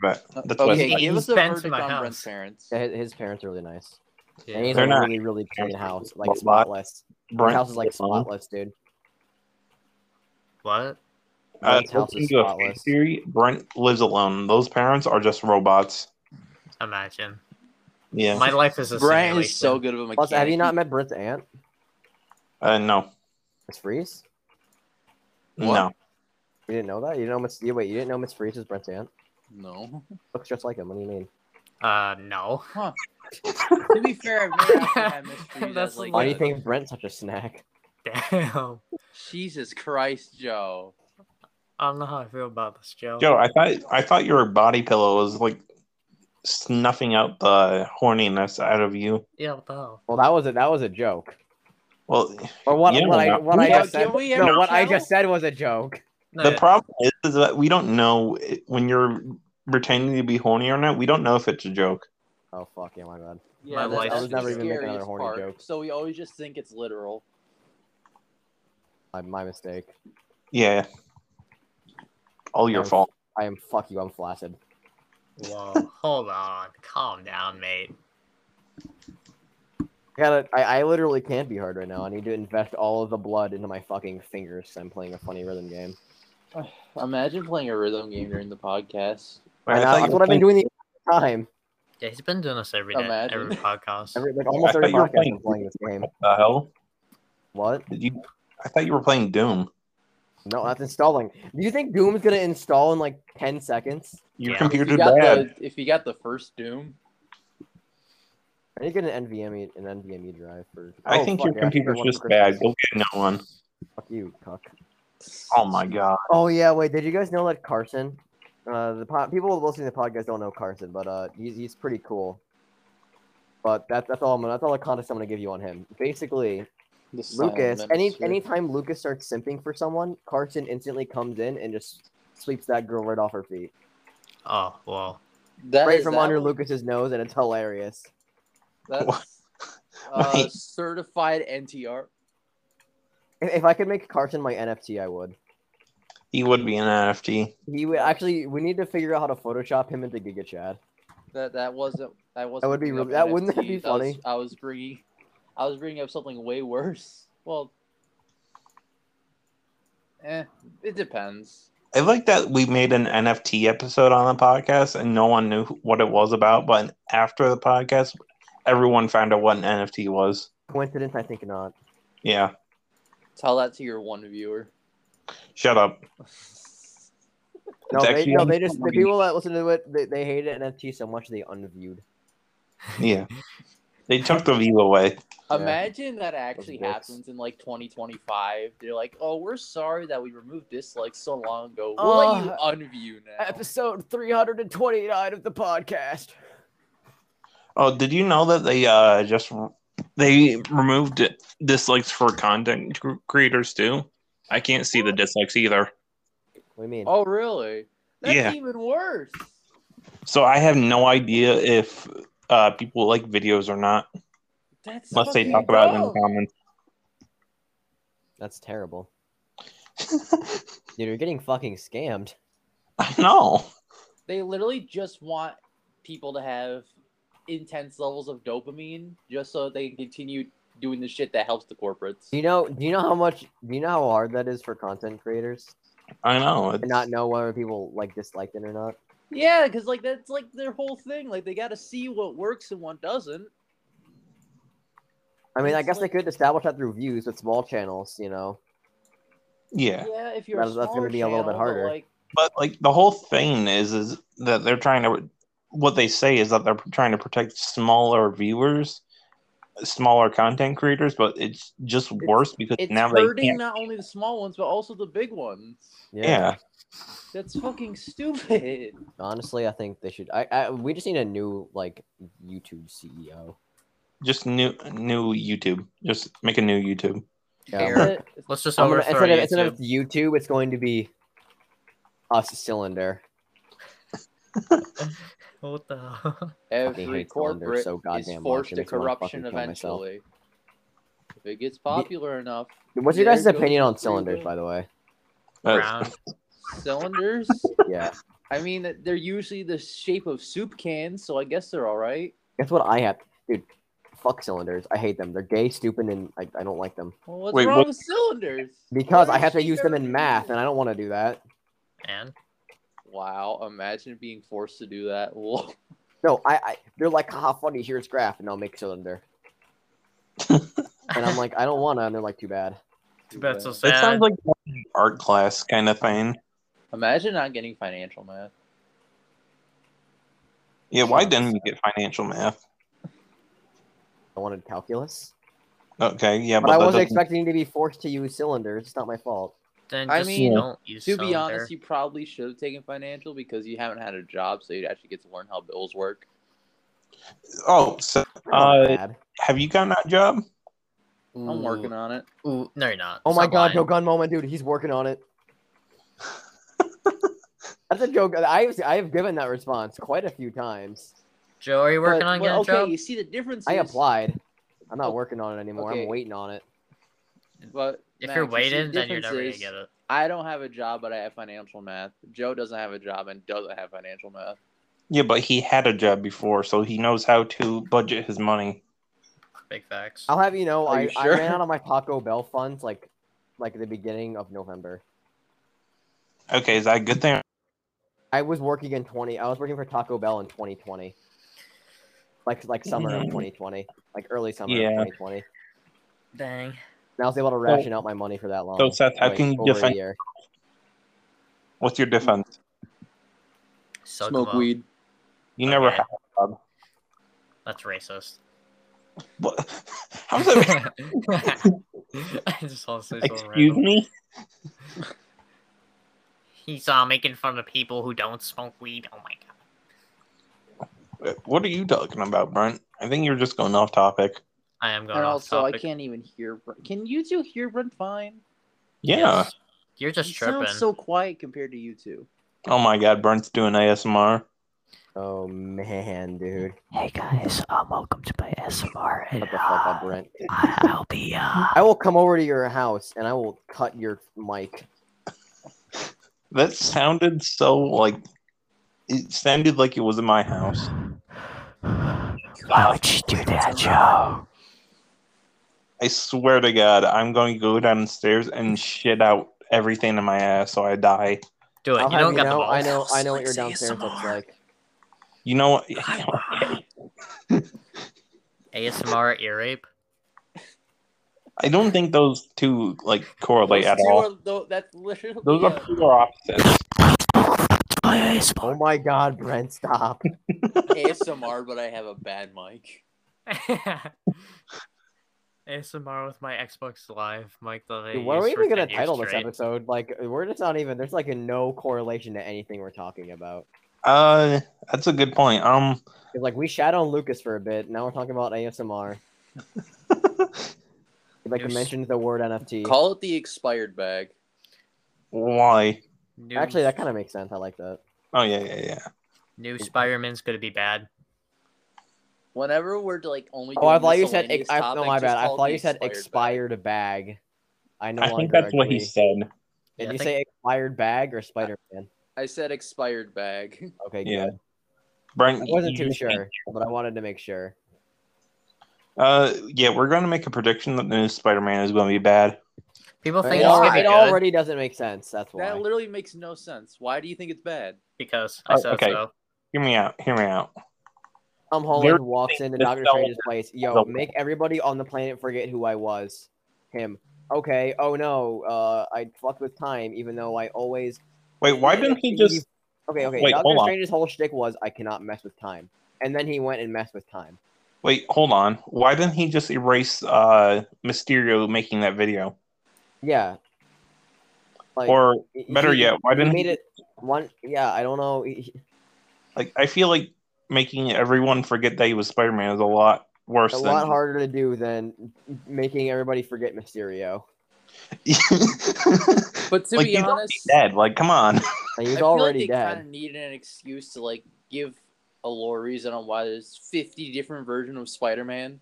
But that's what okay, He's- give us he's a been to verdict my on house. Brent's parents. Yeah, hi- His parents are really nice. Yeah. And he's They're a not- really, really clean house. Like Lot. spotless. His Brent. house is like spotless, dude. What? Uh, His house is according to a fan spotless. theory, Brent lives alone. Those parents are just robots. Imagine. Yeah. My life is a Brian is simulation. so good of a mechanic. Plus, have you not met Brent's aunt? uh, no. Miss Freeze? No. What? You didn't know that? You didn't know Miss. You, wait, you didn't know Miss Freeze was Brent's aunt? No. Looks just like him. What do you mean? Uh, no. to be fair, I've never actually had Miss Frieda That's as, like, Why do you a- think Brent's such a snack? Damn. Jesus Christ, Joe. I don't know how I feel about this, Joe. Joe, I thought I thought your body pillow was like snuffing out the horniness out of you. Yeah, what the hell? Well, that was a that was a joke. Well, Or what? Yeah, what I no. what I Joe, just said. can we No, ever what I settle? just said was a joke. No, the problem is, is that we don't know i- when you're pretending to be horny or not. We don't know if it's a joke. Oh fuck yeah, my bad. My that's- life that's is the never even making scariest another horny part. joke. So we always just think it's literal. My, my mistake. Yeah. All your Yeah. fault. I am fuck you. I'm flaccid. whoa, hold on. Calm down, mate. I gotta. I, I literally can't be hard right now. I need to invest all of the blood into my fucking fingers. I'm playing a funny rhythm game. Imagine playing a rhythm game during the podcast. And that- I thought you that's were what I've been doing the entire time. Yeah, he's been doing this every day, Imagine. every podcast. Every, like almost I every thought you were podcast, I'm playing- playing this game. What the hell? What? Did you? I thought you were playing Doom. No, that's installing. Do you think Doom's gonna install in like ten seconds? Your Yeah. If computer you, got bad. the, if you got the first Doom, I need to get an NVMe E, an NVMe drive for. I Oh, think fuck, your yeah, I computer's one for just bad. Christmas. Go get another one. Fuck you, cuck. Oh my god. Oh yeah, wait. Did you guys know that Carson? Uh, the po- people listening to the podcast don't know Carson, but uh, he's he's pretty cool. But that's that's all I'm that's all the context I'm gonna give you on him. Basically, the silent Lucas. Any minister. anytime Lucas starts simping for someone, Carson instantly comes in and just sweeps that girl right off her feet, Oh, well. That right is- from that under was- Lucas's nose, and it's hilarious. That's uh, Wait. certified NTR. If, if I could make Carson my NFT, I would. He would be an NFT. He would actually. We need to figure out how to Photoshop him into Giga Chad. That that wasn't that wasn't. would be bringing up really- that- wouldn't that be NFTs. I was- funny? I was bringing, I was bringing up something way worse. Well, eh, it depends. I like that we made an NFT episode on the podcast and no one knew what it was about, but after the podcast, everyone found out what an NFT was. Coincidence? I think not. Yeah. Tell that to your one viewer. Shut up. No, It's they, actually no, on they just the Instagram. people that listen to it, they, they hated NFT so much they unviewed. Yeah. They took the view away. Yeah. Imagine that actually Those dicks. happens in like 2025. They're like, "Oh, we're sorry that we removed dislikes so long ago. We'll let you unview now." Episode three hundred and twenty nine of the podcast. Oh, did you know that they uh just they removed dislikes for content cr- creators too? I can't see the dislikes either. What do you mean? Oh, really? That's Yeah. even worse. So I have no idea if uh people like videos or not That's unless they fucking talk about it in the dumb. comments. That's terrible. Dude, you're getting fucking scammed. I know. They literally just want people to have intense levels of dopamine just so they can continue doing the shit that helps the corporates. Do you know? Do you know how much? Do you know how hard that is for content creators I know. to It's- not know whether people like disliked it or not? Yeah, because like that's like their whole thing. Like they got to see what works and what doesn't. I mean, I It's guess like- they could establish that through views with small channels, you know. yeah. Yeah, if you're a That's- that's gonna smaller be a little bit channel, but, harder. Like but like the whole thing is is that they're trying to what they say is that they're trying to protect smaller viewers smaller content creators, but it's just worse because It's now they hurting can't. not only the small ones but also the big ones. Yeah, That's fucking stupid. Honestly, I think they should. I, I we just need a new like YouTube E CEO. just new new YouTube. Just make a new YouTube. Yeah. Fair. But Let's just I'm gonna- overthrow instead, of, instead YouTube. of YouTube, it's going to be us cylinder. What the? hell? Every hate Cylinder corporate so is goddamn much, forced I to just wanna fucking corruption kill myself. eventually. If it gets popular enough, What's your There guys' goes opinion on the cylinders, freeway. by the way? That's- Brown. cylinders. Yeah. I mean, they're usually the shape of soup cans, so I guess they're all right. Guess what I have, dude? Fuck cylinders. I hate them. They're gay, stupid, and I, I don't like them Well, what's Wait, wrong what- with cylinders? because Why I have to is she use them in very- math, and I don't want to do that. Man. Wow! Imagine being forced to do that. Whoa. No, I, I they're like, haha, funny. Here's graph, and I'll make cylinder. And I'm like, I don't want to. And they're like, too bad. Too bad it's so It sad. sounds like art class kind of thing. Imagine not getting financial math. Yeah, why didn't you get financial math? I wanted calculus, Okay, yeah, but I but, that wasn't doesn't- expecting to be forced to use cylinders. It's not my fault. then I just mean, don't use To be cylinder. honest, you probably should have taken financial because you haven't had a job, so you actually get to learn how bills work. oh, so Not uh, bad. have you gotten that job? I'm working on it. Ooh, no, you're not. Oh my Stop god, lying. no gun moment, dude. He's working on it. That's a joke. I have, I have given that response quite a few times. Joe, are you working But- on but getting okay, a job? you see the difference. I applied. I'm not working on it anymore. Okay. I'm waiting on it. But If Max, you you're see the waiting, then you're difference never gonna is get it. I don't have a job, but I have financial math. Joe doesn't have a job and doesn't have financial math. Yeah, but he had a job before, so he knows how to budget his money. Big facts. I'll have you know, Are I, you I sure? ran out of my Taco Bell funds like like at the beginning of November. Okay, is that a good thing? I was working in 20. I was working for Taco Bell in 2020. Like like summer of Mhm. 2020, like early summer Yeah. of 2020. And Dang. I was able to ration out my money for that long. So, Seth, how like, can you over a defend- year. What's your defense? Suck 'em Smoke up. weed. You never Okay. had a job. That's racist. What? How's that? I just want to say something Excuse random. me? He's uh, making fun of people who don't smoke weed. Oh my god. What are you talking about, Brent? I think you're just going off topic. I am going And off also, topic. I can't even hear. Brent. Can you two hear Brent fine? Yeah. Yes. You're just you tripping. sound so quiet compared to you two. Oh my God, Brent's doing ASMR. Oh man, dude. Hey guys, um, welcome to my SMR, and Shut the fuck up, uh, Brent. I- I'll be uh, I will come over to your house and I will cut your mic. That sounded so like it sounded like it was in my house. why would you do that, Joe? I swear to God, I'm going to go downstairs and shit out everything in my ass so I die. Do it. I'll you have don't you got the know, balls. I know I know what your Let's see downstairs some looks more. like. You know what? ASMR ear rape. I don't think those two like correlate Those at two all. are- tho- that's literally. Those are a- polar opposites. Oh my god, Brent, stop. ASMR, but I have a bad mic. ASMR with my Xbox Live mic that I Dude, what are we used for even gonna 10 years title this straight. episode? Like we're just not even there's like a no correlation to anything we're talking about. Uh, that's a good point. Um, 'Cause, like we shat on Lucas for a bit, now we're talking about ASMR. We'd like to There's- mention the word NFT. Call it the expired bag. why? New, Actually that kinda makes sense. I like that. Oh yeah, yeah, yeah. new Spider-Man's gonna be bad. Whenever we're like only. Oh, I doing thought you said ex- miscellaneous I, no, topics, my just bad. I call it thought the you said bag. expired bag. I no I longer think that's what agree. he said. Did Yeah, I you think- say expired bag or Spider Man? I said expired bag. Okay, Yeah. good. Brent, I wasn't you- too sure, but I wanted to make sure. Uh, yeah, we're going to make a prediction that the new Spider-Man is going to be bad. People It, think all- it's gonna al- be it good already doesn't make sense. That's why. That literally makes no sense. Why do you think it's bad? because I Oh, said okay. so. Hear me out. Hear me out. Tom They're Holland walks into this Doctor fella- Strange's place. Yo, fella- make everybody on the planet forget who I was. Him. Okay. Oh no. Uh, I fucked with time, even though I always. Wait, why didn't he just? Okay. Okay. Wait, Doctor hold on. Strange's whole shtick was I cannot mess with time, and then he went and messed with time. Wait, hold on. Why didn't he just erase uh Mysterio making that video? Yeah. Like, or he- better he- yet, why he didn't made he- it one? Yeah, I don't know. He- he- like I feel like making everyone forget that he was Spider Man is a lot worse a than lot harder to do than making everybody forget Mysterio. But to like be he's already honest, dead. Like come on. Like, I he's feel already like they dead. kind of needed an excuse to like give a lore reason on why there's 50 different versions of Spider-Man.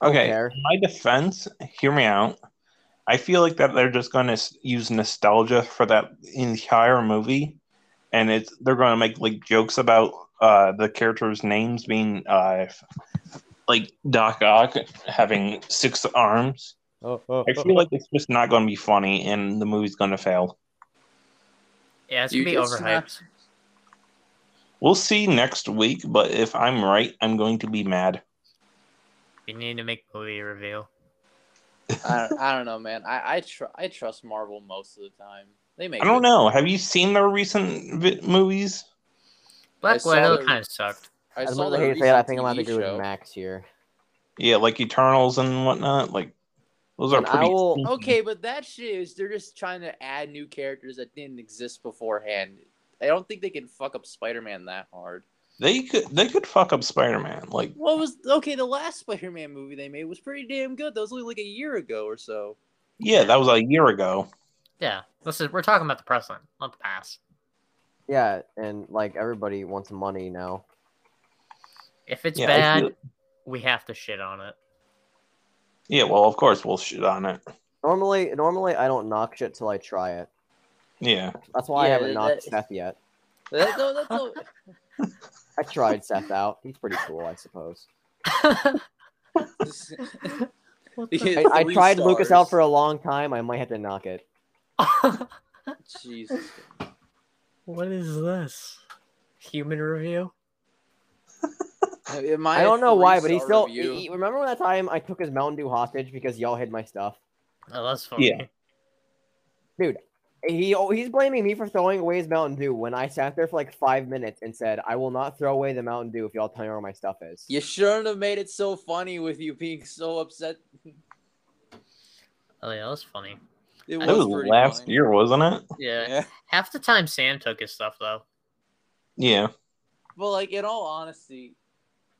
I don't Okay. care. my defense, hear me out. I feel like that they're just going to use nostalgia for that entire movie, and it's they're going to make like jokes about uh, the characters' names being uh, like Doc Ock having six arms. I feel like it's just not going to be funny, and the movie's going to fail. Yeah, it's You gonna be just have- overhyped. We'll see next week, but if I'm right, I'm going to be mad. We need to make movie reveal. I don't, I don't know, man. I I, tr- I trust Marvel most of the time. They make I don't good- know. Have you seen their recent vi- movies? Black saw Widow the- kind of sucked. I As saw much as the I hate to say that, I recent think I'm gonna have to TV agree show. with Max here. Yeah, like Eternals and whatnot. Like those are And I pretty. will- Okay, but that shit is they're just trying to add new characters that didn't exist beforehand. I don't think they can fuck up Spider-Man that hard. They could they could fuck up Spider Man. Like What was okay? The last Spider-Man movie they made was pretty damn good. That was only like a year ago or so. yeah, that was a year ago. Yeah, this is we're talking about the present, not the past. Yeah, and like everybody wants money now. If it's Yeah, I bad, feel- we have to shit on it. Yeah, well of course we'll shit on it. Normally, normally I don't knock shit till I try it. Yeah. That's why I Yeah, haven't knocked that- Seth yet. That, no, that's no- I tried Seth out. He's pretty cool, I suppose. I, I Three tried Lucas stars. out for a long time. I might have to knock it. Jesus. what is this? Human review? Am I don't know why, but he he's still. he- he- remember when that time I took his Mountain Dew hostage because y'all hid my stuff? Oh, that's funny. Yeah. He oh, he's blaming me for throwing away his Mountain Dew when I sat there for like five minutes and said, "I will not throw away the Mountain Dew if y'all tell me where my stuff is." You shouldn't have made it so funny with you being so upset. Oh, yeah, that's funny. It That That was, was pretty last funny. year, wasn't it? Yeah. Yeah. Half the time Sam took his stuff though. Yeah. But like in all honesty,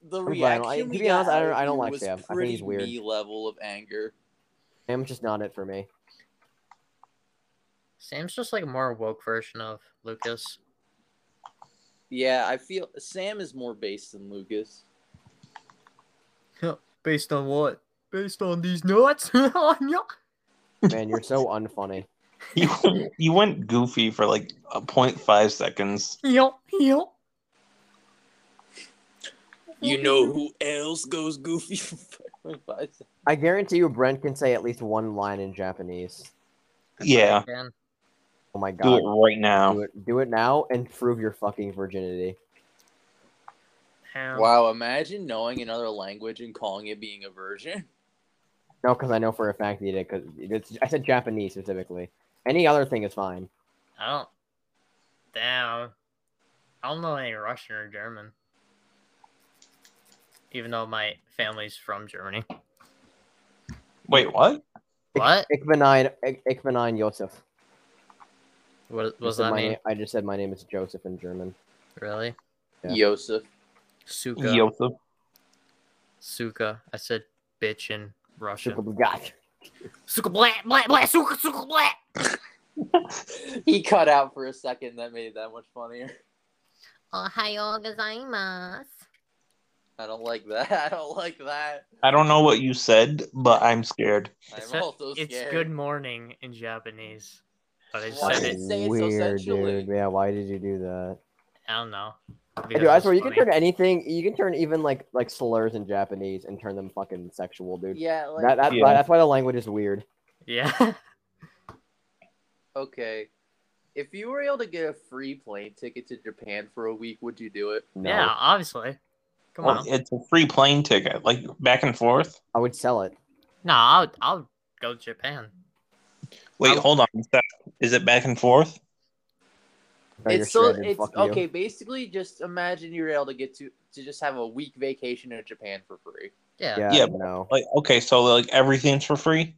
the I'm glad I don't- I- reaction to we be honest, got I don't- out of I don't you like was Sam. I think pretty he's weird. me level of anger. Sam's just not it for me. Sam's just like a more woke version of Lucas. Yeah, I feel Sam is more based than Lucas. Based on what? Based on these nuts? Man, you're so unfunny. You you went goofy for like a point five seconds. You know who else goes goofy? for fucking five seconds? I guarantee you, Brent can say at least one line in Japanese. Yeah. Man, Oh my Do god. it right Do now. it, do it now and prove your fucking virginity. how- wow, imagine knowing another language and calling it being a virgin. No, because I know for a fact you did. Because I said Japanese specifically. Any other thing is fine. I don't. Damn. I don't know any Russian or German. Even though my family's from Germany. Wait, what? What? Ich bin ein, ich, ich bin ein Josef. What I was said that my mean? na- I just said my name is Joseph in German. Really? Yeah. Yosef. Suka. Yosef. Suka. I said bitch in Oh, Russian. Shukabugat. Suka blat blat blat suka suka blat. he cut out for a second. That made it that much funnier. Ohio gozaimasu. I don't like that. I don't like that. I don't know what you said, but I'm scared. I'm It's, also scared. it's good morning in Japanese. But I just Why said did it. you say it so sensually? dude. Yeah, why did you do that? I don't know. Dude, because I it's swear you can funny. turn anything. You can turn even like like slurs in Japanese and turn them fucking sexual, dude. Yeah, like that, that's Yeah. why, that's why the language is weird. Yeah. okay. If you were able to get a free plane ticket to Japan for a week, would you do it? No, Oh, Yeah, obviously. Come Well, on. it's a free plane ticket, like back and forth. I would sell it. No, I'll, I'll go to Japan. Wait, Um, hold on. Seth. Is it back and forth? No, you're it's so shredded, it's fuck you. okay. Basically, just imagine you're able to get to to just have a week vacation in Japan for free. Yeah. Yeah, Yeah. no. Like, okay, so like everything's for free.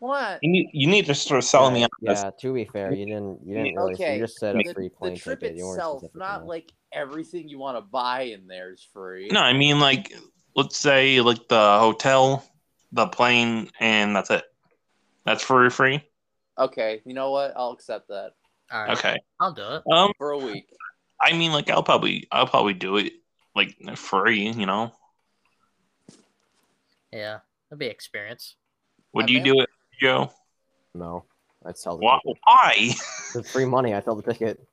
What? You need you need to start selling me on this. Yeah, to be fair, you didn't you didn't really Okay, you just said The, a free the plane trip ticket. You weren't itself, specific not enough. like everything you want to buy in there is free. No, I mean like let's say like the hotel, the plane, and that's it. That's for free. Okay, you know what? I'll accept that All right. Okay. I'll do it. Um, for a week. I mean like I'll probably I'll probably do it like free. You know, Yeah. That'd be experience. would I you mean- do it, Joe? no. I'd sell the Why? ticket. why? It's free money, I sell the ticket.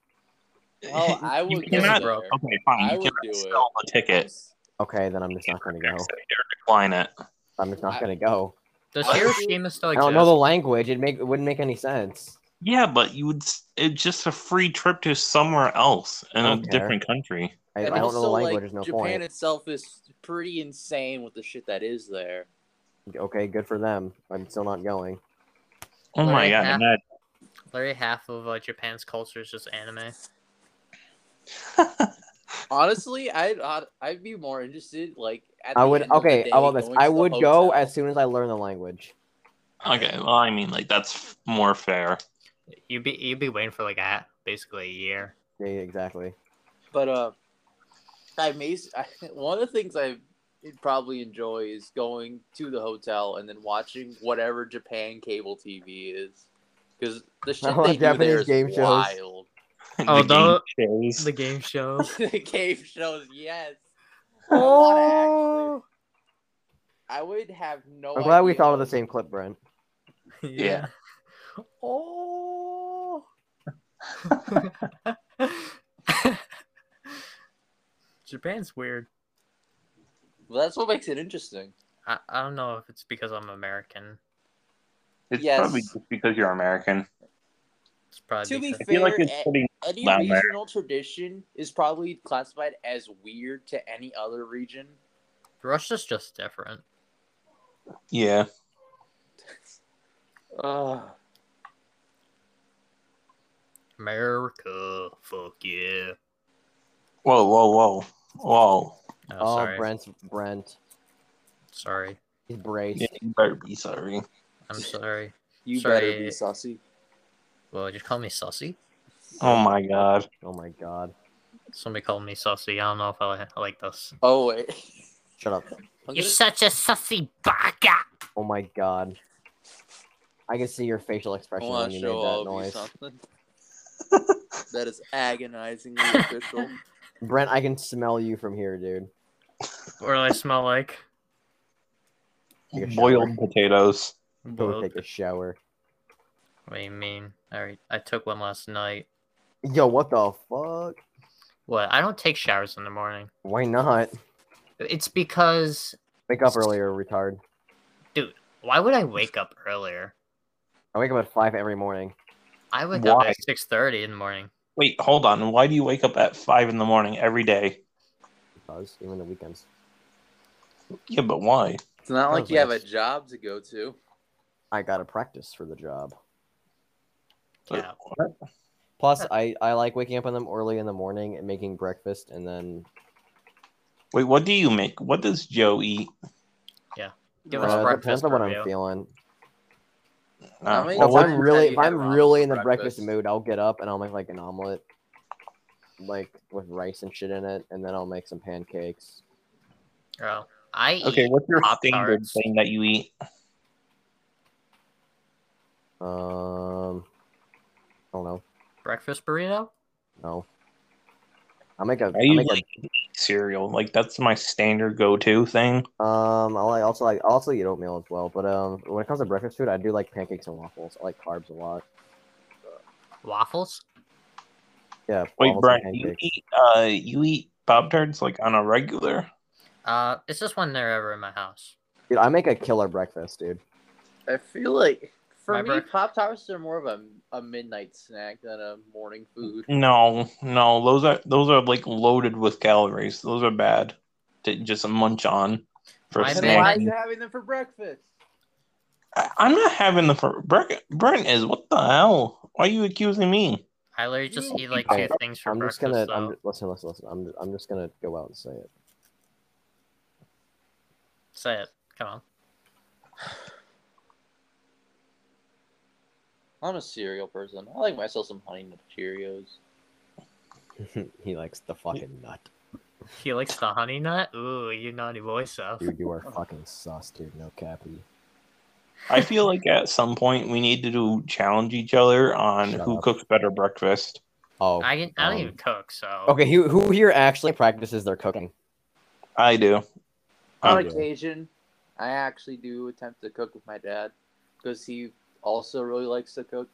Oh, I You would go cannot- there. Okay, fine. I you would cannot do it. sell the ticket. Okay, then I'm just not gonna go. Or decline it. I'm just I- not gonna go. Does What? Hiroshima still I exist? don't know the language. It make it wouldn't make any sense. Yeah, but you would. s- It's just a free trip to somewhere else in a Don't care. different country. I, I And don't know the also, language. like, There's no Japan point. itself is pretty insane with the shit that is there. Okay, good for them. I'm still not going. Oh my Right, god! yeah. imagine. Literally half of uh, Japan's culture is just anime. Honestly, I'd I'd, I'd be more interested. Like at I the would. end of the Okay, day, how about this? going to I the would go hotel. as soon as I learn the language. Okay, well, I mean, like that's f- more fair. You'd be you'd be waiting for like a basically a year. Yeah, exactly. But uh, I may I, one of the things I probably enjoy is going to the hotel and then watching whatever Japan cable TV is because the shit Oh, they do there Japanese is game shows. wild. Oh, the the- game shows. The game shows. the game shows, yes. I wanna actually- Oh, I would have no. Oh. I'm glad we idea. thought of the same clip, Brent. Yeah. Oh. Japan's weird. Well, that's what makes it interesting. I, I don't know if it's because I'm American. It's Yes. probably just because you're American. It's probably To be because- I feel like Fair it's and- pretty. Any Not American. regional tradition is probably classified as weird to any other region. Russia's just different. Yeah. Ugh. America, fuck yeah. Whoa, whoa, whoa, whoa! Oh, Oh, sorry. Brent's Brent. Sorry. He's braced. Yeah, you better be sorry. I'm sorry. You Sorry. better be saucy. Well, just call me Sussy. Oh my god. Oh my god. Somebody called me Sussy. I don't know if I, I like this. Oh wait. Shut up. I'm You're gonna- such a sussy baka. Oh my god. I can see your facial I expression when want you to made show all that of you noise. something. that is agonizingly official. Brent, I can smell you from here, dude. What do I smell like? Take a Boiled potatoes. Go Boiled. take a shower. What do you mean? All right. I took one last night. Yo, what the fuck? What? I don't take showers in the morning. Why not? It's because Wake up earlier, retard. why would I wake up earlier? I wake up at five every morning. I wake up Why? at six thirty in the morning. Wait, hold on. Why do you wake up at five in the morning every day? Does even the weekends. Yeah, but why? It's not like was you have a nice. job to go to. I gotta practice for the job. Yeah. Plus, I, I like waking up on them early in the morning and making breakfast, and then Wait, what do you make? What does Joe eat? Give us uh, breakfast depends on what I'm review. feeling. Uh, mean, Well, what- if I'm times have really you if I'm had ramen really for in the breakfast. breakfast? mood, I'll get up and I'll make like an omelet, like with rice and shit in it, and then I'll make some pancakes. Bro, I okay, eat what's your standard Pop-Tarts. thing that you eat? Um, I don't know. breakfast burrito. No, I'll make a. I'll I eat make like cereal. Like that's my standard go-to thing. a um. I like- also like I also eat oatmeal as well, but um, when it comes to breakfast food, I do like pancakes and waffles. I like carbs a lot. Waffles? Yeah. waffles Wait, and Brian, you pancakes. eat uh you eat Pop Tarts like on a regular? Uh it's just when they're ever in my house. Dude, I make a killer breakfast, dude. I feel like for My me, breakfast- pop tarts are more of a, a midnight snack than a morning food. No, no, those are those are like loaded with calories. Those are bad to just munch on for a I And think- why are snack. you having them for breakfast? I- I'm not having the for Brent, Brent is what the hell? Why are you accusing me? I literally just eat like Okay, two things for I'm just breakfast. gonna. though. I'm, listen, listen, listen. I'm. I'm just gonna go out and say it. Say it. Come on. I'm a cereal person. I like myself some Honey Nut Cheerios. he likes the fucking nut. He likes the honey nut. Ooh, you naughty boy stuff. Dude, you are fucking sus, dude. No cappy. I feel like at some point we need to do, challenge each other on Shut who up. cooks better breakfast. Oh. I can, I don't um, even cook, so Okay, who who here actually practices their cooking? I do. Oh, On yeah. occasion, I actually do attempt to cook with my dad because he also really likes to cook.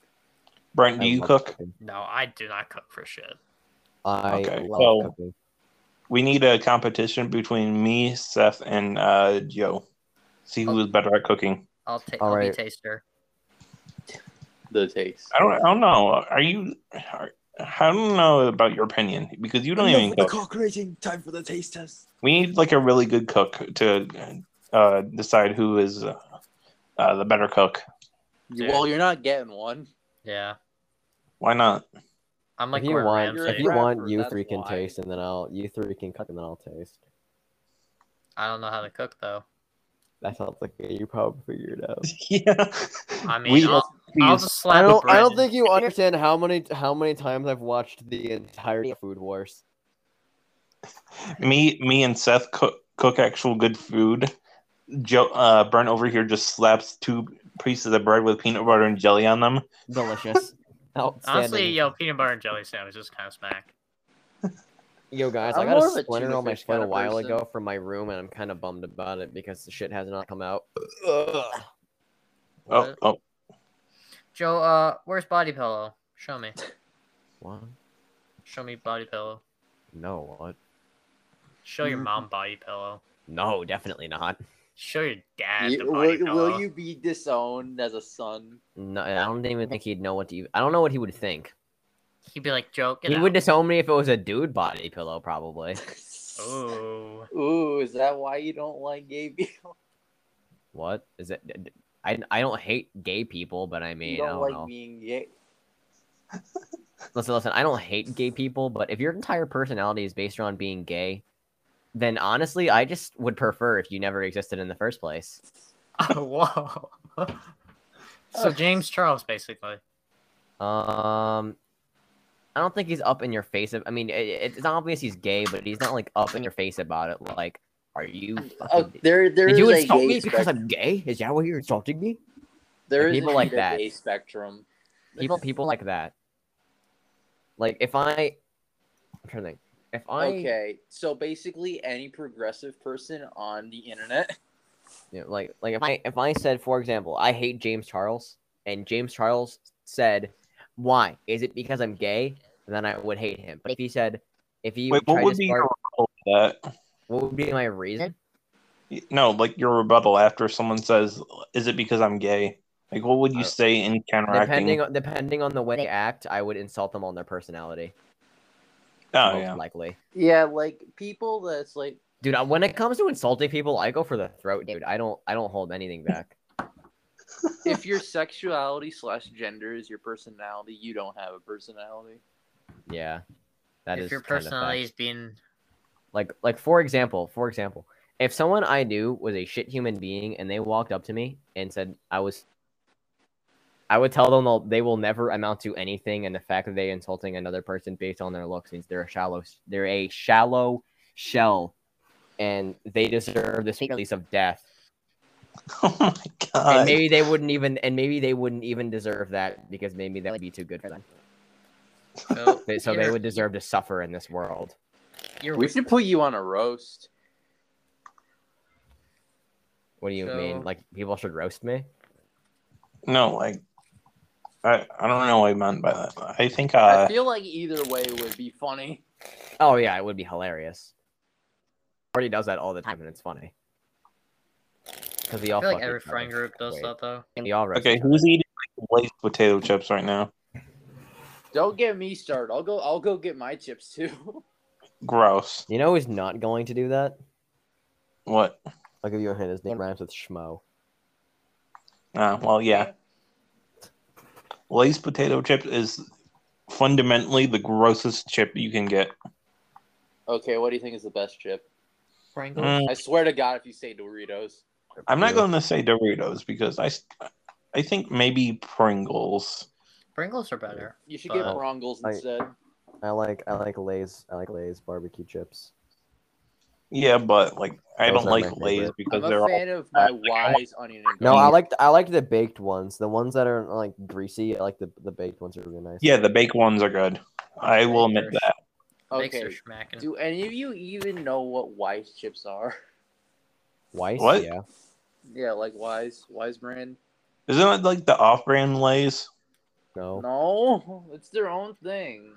Brent, do I you love cook? cooking. no, I do not cook for shit. I Okay, love so- cooking. We need a competition between me, Seth, and uh, Joe. See Oh. who is better at cooking. I'll take. All I'll right. be taster. The taste. I don't. I don't know. Are you? Are, I don't know about your opinion because you don't even cook. cock rating. Time for the taste test. We need like a really good cook to uh, decide who is uh, uh, the better cook. Dude. Well, you're not getting one. Yeah, Why not? I'm like if you Gordon want, Ramsay. if you want, Rapper, you that's three can why. taste, and then I'll. You three can cook, and then I'll taste. I don't know how to cook though. That sounds like a you probably figured out. yeah. I mean, we, I'll, I'll just slap I a don't. bread I don't in- think you understand how many how many times I've watched the entirety of Food Wars. me, me, and Seth cook cook actual good food. Joe, uh, Brent over here just slaps two pieces of bread with peanut butter and jelly on them. Delicious. Outstanding. Honestly, yo, peanut butter and jelly sandwich is kind of smack. Yo, guys, I'm I got more of a a splinter tuna on my fish foot a kinda while person. ago from my room, and I'm kind of bummed about it because the shit has not come out. Ugh. Oh, What? oh, Joe, uh, where's body pillow? Show me. What? Show me body pillow. No, what? Show Mm. your mom body pillow. No, definitely not. Show your dad the You, body will, pillow. will you be disowned as a son? No, I don't even think he'd know what to. Even, I don't know what he would think. He'd be like, Joe, get he out. would disown me if it was a dude body pillow, probably. Oh. Oh. Ooh. Ooh, is that why you don't like gay people? What is it? I, I don't hate gay people, but I mean, you I don't don't like know. being gay. Listen, listen, I don't hate gay people, but if your entire personality is based around being gay, then honestly, I just would prefer if you never existed in the first place. Whoa. so James Charles, basically. Um, I don't think he's up in your face. Of, I mean, it, it's obvious he's gay, but he's not like up in your face about it. Like, are you? Oh, Fucking, there, there did is you a insult gay me because spectrum. I'm gay? Is that why you're insulting me? There is people a like gender that. gay spectrum. People, people like that. Like, if I, I'm trying to think. If I, Okay, so basically any progressive person on the internet. you know, like like if I if I said, for example, I hate James Charles, and James Charles said, "Why? Is it because I'm gay?" Then I would hate him. But if he said, if he wait. tried What to would be start- your rebuttal to that? what would be my reason? No, like your rebuttal after someone says, "Is it because I'm gay?" Like, what would you Uh, say in counteracting? Depending on depending on the way they act, I would insult them on their personality. oh most yeah, likely. Yeah, like people that's like Dude, I- when it comes to insulting people, I go for the throat, dude. I don't I don't hold anything back. if your sexuality slash gender is your personality, you don't have a personality. Yeah. that is if your kind of personality fact. is being like like for example, for example, if someone I knew was a shit human being and they walked up to me and said I was I would tell them they'll- they will never amount to anything, and the fact that they insulting another person based on their looks means they're a shallow they're a shallow shell, and they deserve the sweet release of death. oh my god. and maybe they wouldn't even and maybe they wouldn't even deserve that because maybe that would be too good for them. so, They, so they you're- would deserve to suffer in this world. you're We should put you on a roast. What do you So- mean? Like people should roast me? No, like I, I don't know what I meant by that. I think I uh feel like either way would be funny. Oh yeah, it would be hilarious. Already does that all the time, and it's funny. Because we I all feel like fuck every each other. friend group does Wait, that though. We all roast okay, each who's eating like, glazed potato chips right now? Don't get me started. I'll go I'll go get my chips too. Gross. other. You know who's not going to do that? What? I'll give you a hint. His name rhymes with Schmo. Ah, Uh, well, yeah. Glazed potato chips is fundamentally the grossest chip you can get. Okay, what do you think is the best chip? Pringles. Mm, I swear to God, if you say Doritos, I'm not going to say Doritos because I, s- I think maybe Pringles. Pringles are better. you should But- Uh, get Brongles I- instead. I like I like Lay's I like Lay's barbecue chips. Yeah, but like I Those don't are like my Lay's favorite. because I'm they're a all fan of my wise onion and No, garlic. I like I like the baked ones. The ones that are like greasy. I like the the baked ones are really nice. yeah the baked ones are good. I will admit that. Makes Okay, their schmacking. do any of you even know what wise chips are? Weiss. What? Yeah. yeah, like wise, wise brand. Isn't it like the off-brand Lay's? No. No, it's their own thing.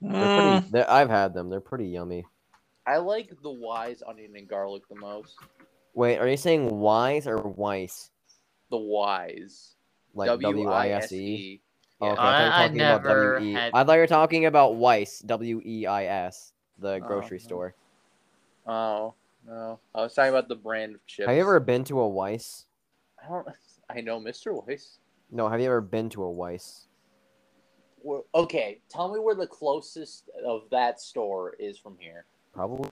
They're Mm. pretty, they're, I've had them. They're pretty yummy. I like the wise onion and garlic the most. Wait, are you saying Wise or Weiss? The wise. Like W I S E. W-I-S-E. Oh, Yeah. Okay, I, I- I thought you were talking about never W-E. had- I thought you were talking about Weiss, W E I S, the grocery no. store. Oh no, I was talking about the brand of chips. Have you ever been to a Weiss? I don't. I know, Mr. Weiss. No, have you ever been to a Weiss? Well, okay, tell me where the closest of that store is from here. Probably.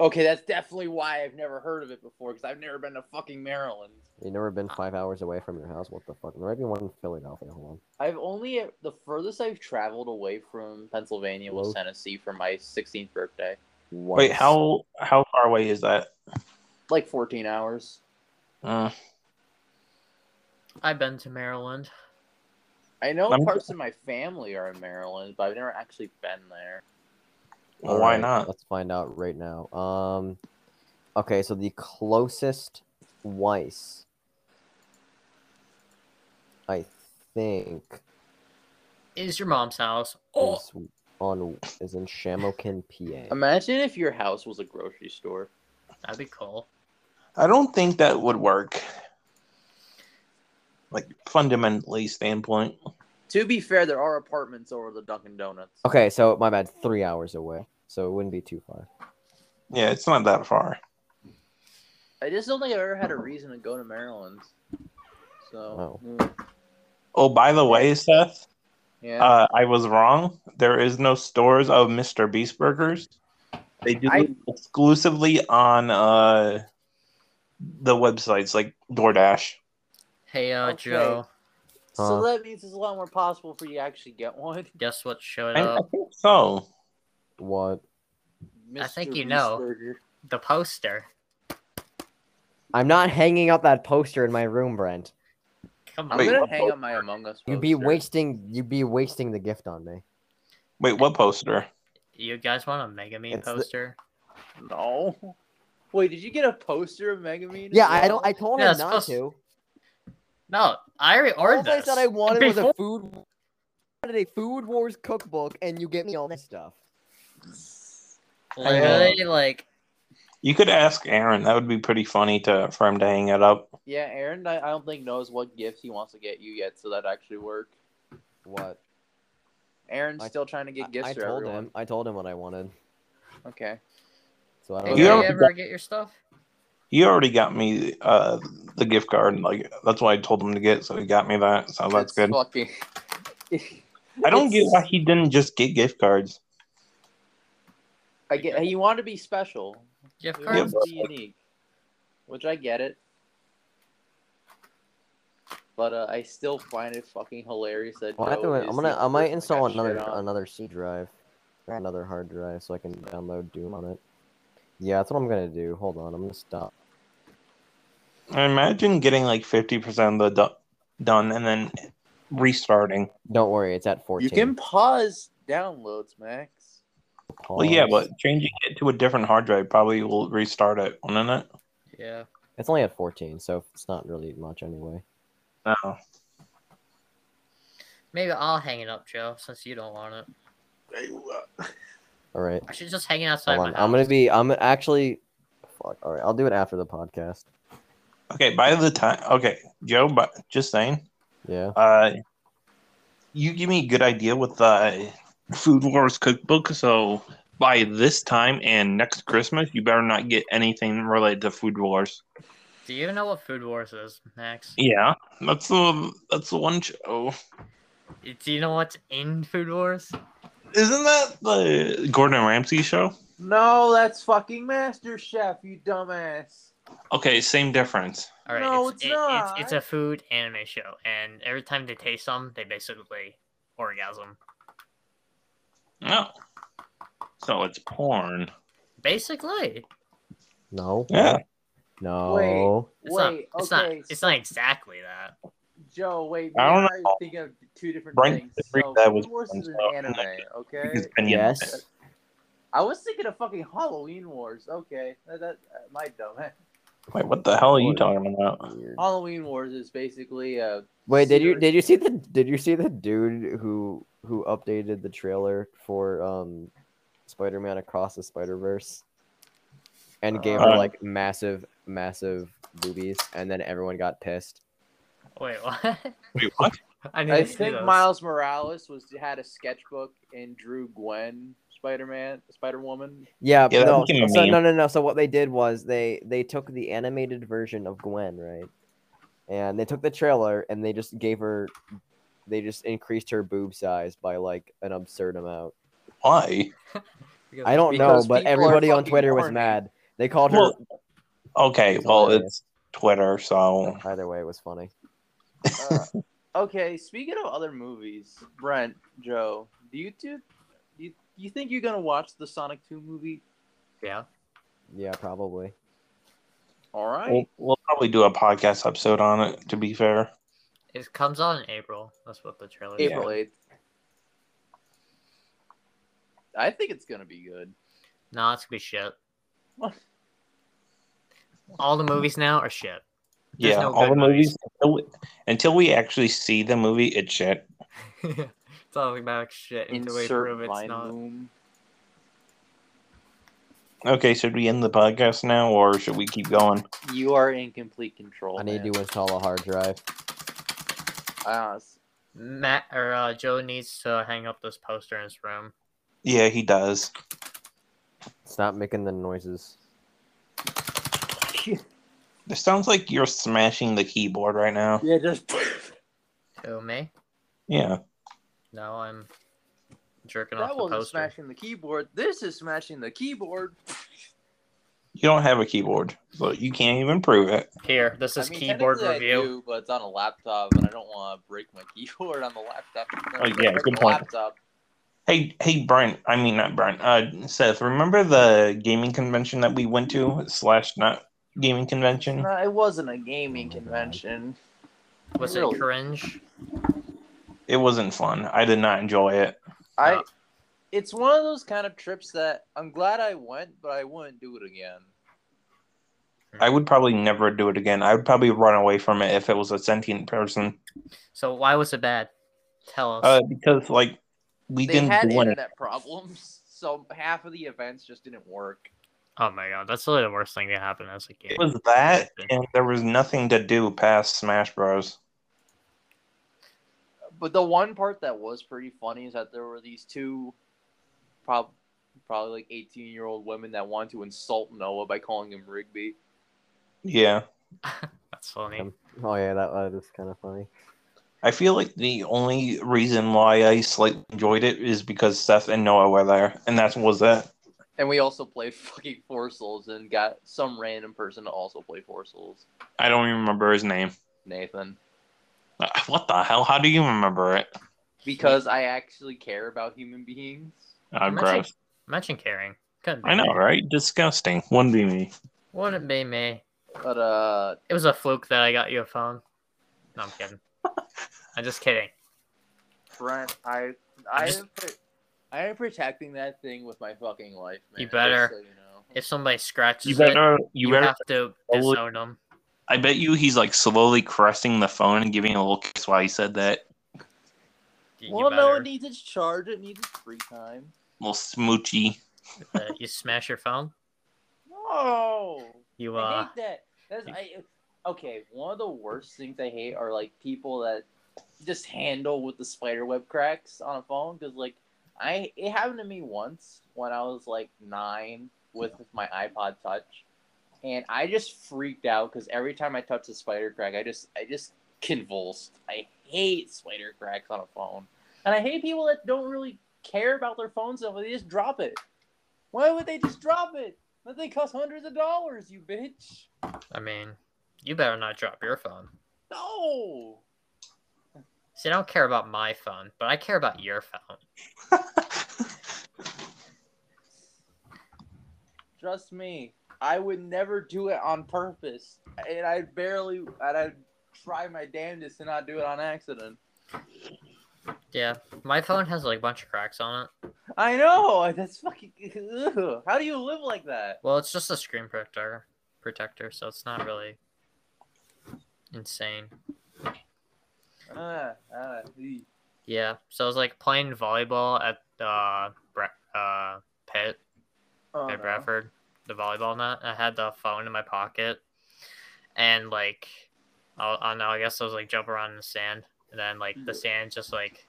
Okay, that's definitely why I've never heard of it before because I've never been to fucking Maryland. You've never been Uh, five hours away from your house? What the fuck? There might be one in Philadelphia. Hold I've only the furthest I've traveled away from Pennsylvania was Hello? Tennessee for my 16th birthday, on. Wait, Weiss. how how far away is that? like 14 hours. Uh, I've been to Maryland. I know I'm- parts of my family are in Maryland, but I've never actually been there. well, All why right, not? Let's find out right now. Um, okay, so the closest Weiss, I think, Is your mom's house? Oh, is on is in Shamokin, PA. Imagine if your house was a grocery store. that'd be cool. I don't think that would work. Like fundamentally standpoint. To be fair, there are apartments over the Dunkin' Donuts. Okay, so my bad, three hours away, so it wouldn't be too far. Yeah, it's not that far. I just don't think I've ever had a reason to go to Maryland. So, mm, Oh, by the way, Seth, yeah. uh, I was wrong. There is no stores of Mr. Beast Burgers. They do I- exclusively on uh, the websites like DoorDash. Hey, uh, Okay. uh, Joe. so that means it's a lot more possible for you to actually get one. Guess what showed I, I up? think so. What? I think Mr. you know. Beastburger. The poster. I'm not hanging up that poster in my room, Brent. Come I'm on. Wait, gonna what hang up my Among Us. You'd be poster. wasting. You'd be wasting the gift on me. Wait, what poster? You guys want a Mega Man It's the- poster? No. Wait, did you get a poster of Megamine? Yeah, I don't. I told Yeah, him it's not supposed- to. No, I already All ordered I this. said I wanted was Before- a food I wanted a food wars cookbook, and you get me all this stuff. Literally, like, You could ask Aaron. That would be pretty funny to for him to hang it up. Yeah, Aaron, I, I don't think knows what gifts he wants to get you yet, so that actually work. What? Aaron's I- still trying to get gifts I, I for told everyone. him. I told him what I wanted. Okay. So I hey, Oh. don't do You you know. ever- ever get your stuff? He already got me uh, the gift card. Like that's what I told him to get. So he got me that. So that's It's good. Fucking... I don't get it's- why he didn't just get gift cards. I get you want to be special. Gift You cards? want to but- be unique. Which I get it. But uh, I still find it fucking hilarious that Well, I have to, Joe I'm is gonna. the I might person that install got shit another on. another C drive, or another hard drive, so I can download Doom on it. Yeah, that's what I'm gonna do. Hold on, I'm gonna stop. I imagine getting like fifty percent of the do- done and then restarting. Don't worry, it's at 14. You can pause downloads, Max. Well, yeah, Pause. but changing it to a different hard drive probably will restart it, won't it? Yeah. it's only at 14, so it's not really much anyway. No. Maybe I'll hang it up, Joe, since you don't want it. All right, I should just hang it outside hold my on. house. I'm gonna be. I'm actually. Fuck. All right, I'll do it after the podcast. Okay. By the time, okay, Joe. But just saying, Yeah. uh, you give me a good idea with the Food Wars cookbook. So by this time and next Christmas, you better not get anything related to Food Wars. Do you know what Food Wars is, Max? Yeah, that's the that's the one show. Do you know what's in Food Wars? Isn't that the Gordon Ramsay show? No, that's fucking Master Chef, you dumbass. Okay, same difference. All right, No, it's, it's it- not. It's, it's a food anime show, and every time they taste some, they basically orgasm. No. So it's porn. Basically, No. Yeah. No. it's wait, not. It's okay, not. It's not exactly that. Joe, wait. I don't we are know. Thinking of two different Brent things. agreed So, that Food was Wars is an one, so- anime, okay? His opinion. Yes. I was thinking of fucking Halloween Wars. Okay, that, that uh, my dumb. Wait, what the hell are you talking about? Weird. Halloween Wars is basically uh Wait, did you Serious. did you see the did you see the dude who who updated the trailer for um Spider-Man Across the Spider-Verse and gave her Uh. like massive massive boobies and then everyone got pissed. Wait, what? Wait, what? I, need I to see think those. Miles Morales was had a sketchbook and drew Gwen Spider Man Spider Woman. Yeah, Yeah, that no, became a so, meme. no, no, no. So what they did was they they took the animated version of Gwen, right? And they took the trailer and they just gave her, they just increased her boob size by like an absurd amount. Why? Because- I don't know, Because but people are everybody on fucking Twitter was horny. mad. They called her. Well, okay, It's well, hilarious. it's Twitter, so. Either way, it was funny. Uh, okay, speaking of other movies, Brent Joe, do you two, do you, do you think you're gonna watch the Sonic Two movie? Yeah. Yeah, probably. All We'll, right, we'll probably do a podcast episode on it, to be fair. It comes out in April. That's what the Oh, trailer. said. April eighth. I think it's gonna be good. No, it's gonna be shit. What? All the movies now are shit. There's yeah, no all the good movies. Until we, until we actually see the movie, it's shit. it's all about shit until we Insert prove it's mind not. loom. Okay, should we end the podcast now, or should we keep going? You are in complete control. I need Oh, man. to install a hard drive. I honest- Matt or uh, Joe needs to hang up this poster in his room. Yeah, he does. Stop making the noises. It sounds like you're smashing the keyboard right now. Yeah, just Who me? Yeah. No, I'm jerking that off the wasn't poster. smashing the keyboard. This is smashing the keyboard. You don't have a keyboard, so you can't even prove it. Here, this I is mean, keyboard technically I review. do, but it's on a laptop, and I don't want to break my keyboard on the laptop. Oh, yeah, Break good the point. Laptop. Hey, hey, Brent. I mean, not Brent. Uh, Seth. Remember the gaming convention that we went to slash not gaming convention? No, it wasn't a gaming Oh, convention. Was Really? it cringe? It wasn't fun. I did not enjoy it. I. No. It's one of those kind of trips that I'm glad I went, but I wouldn't do it again. I would probably never do it again. I would probably run away from it if it was a sentient person. So why was it bad? Tell us. Uh, because like we They didn't had do anything. internet problems, so half of the events just didn't work. oh my god, that's really the worst thing to happen as a kid. It was that, and there was nothing to do past Smash Bros. But the one part that was pretty funny is that there were these two, prob- probably like 18 year old women that wanted to insult Noah by calling him Rigby. Yeah. That's funny. Um, Oh yeah, that that is kind of funny. I feel like the only reason why I slightly enjoyed it is because Seth and Noah were there, and that was it. And we also played fucking Four Souls and got some random person to also play Four Souls, I don't even remember his name. Nathan. Uh, What the hell? How do you remember it? Because I actually care about human beings. Oh, Imagine- gross. Imagine caring. Couldn't be I know, me. right? Disgusting. Wouldn't be me. Wouldn't be me. But, uh, It was a fluke that I got you a phone. No, I'm kidding. I'm just kidding. Brent, I, I, just- am, pr- I am protecting that thing with my fucking life, man. You better. just So you know. If somebody scratches You better. it, You you, better. have to Holy- disown them. I bet you he's like slowly caressing the phone and giving a little kiss while he said that. You well, no, better- it needs its charge. It needs its free time. Little smoochy. uh, you smash your phone. No. You I uh, hate that. That's I. Okay, one of the worst things I hate are like people that just handle with the spider web cracks on a phone because like I it happened to me once when I was like nine with my iPod Touch, and I just freaked out because every time I touched a spider crack, I just I just convulsed. I hate spider cracks on a phone, and I hate people that don't really care about their phone stuff. They just drop it. Why would they just drop it? That thing costs hundreds of dollars, you bitch. I mean, you better not drop your phone. No. See, I don't care about my phone, but I care about your phone. Trust me, I would never do it on purpose, and I barely, and I try my damnedest to not do it on accident. Yeah, my phone has like a bunch of cracks on it. I know that's fucking. Ugh. How do you live like that? Well, it's just a screen protector, protector, so it's not really insane. Uh, uh, ee. Yeah, so I was like playing volleyball at uh, Bre- uh pit oh, at no. Bradford, the volleyball net. I had the phone in my pocket, and like, I, I don't know. I guess I was like jumping around in the sand, and then like Mm-hmm. the sand just like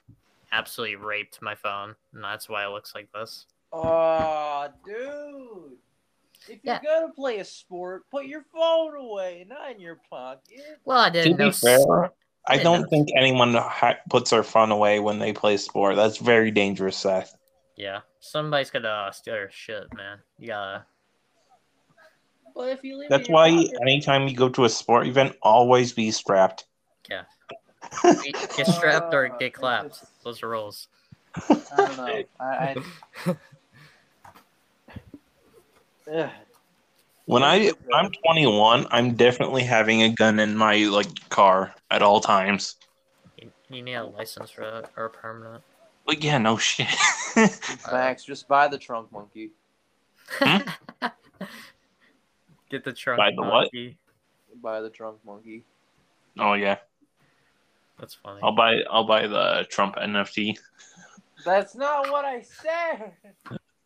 absolutely raped my phone, and that's why it looks like this. Aw, dude. If you're Yeah. gonna play a sport, put your phone away, not in your pocket. Well, I To didn't know. be s- fair, I Yeah, don't no. think anyone ha- puts their phone away when they play sport. That's very dangerous, Seth. Yeah, somebody's gonna steal your shit, man. You gotta But if you leave, it That's in your why pocket- anytime you go to a sport event, always be strapped. get strapped or Uh, get clapped. Those are rules. I don't know. I. I... Ugh. When I if I'm 21, I'm definitely having a gun in my like car at all times. You, you need a license for that or a permanent. Like yeah, no shit. Max, just buy the trunk monkey. Get the trunk. Hmm? By the what? monkey. Buy the trunk monkey. oh yeah, That's funny. I'll buy I'll buy the Trump NFT. That's not what I said.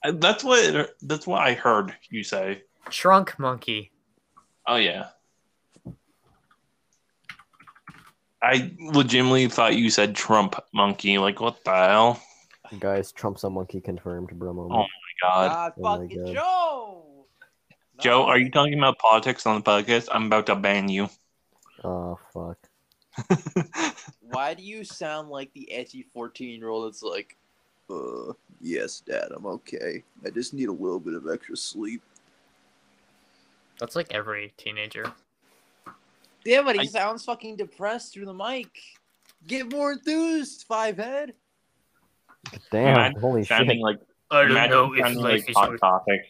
Uh, That's what that's what I heard you say. Trunk monkey. Oh yeah. I legitimately thought you said Trump monkey. Like what the hell? Guys, Trump's a monkey confirmed, bro. Oh. Uh, God. Ah, Oh my fucking God. Joe. Joe, No. are you talking about politics on the podcast? I'm about to ban you. Oh fuck. Why do you sound like the edgy 14 year old that's like, uh, yes, dad, I'm okay. I just need a little bit of extra sleep. That's like every teenager. Yeah, but he I- sounds fucking depressed through the mic. Get more enthused, five head. Damn. Imagine Holy shit. Sounding like I don't Imagine know if sounding life like is Hot worth- Topic.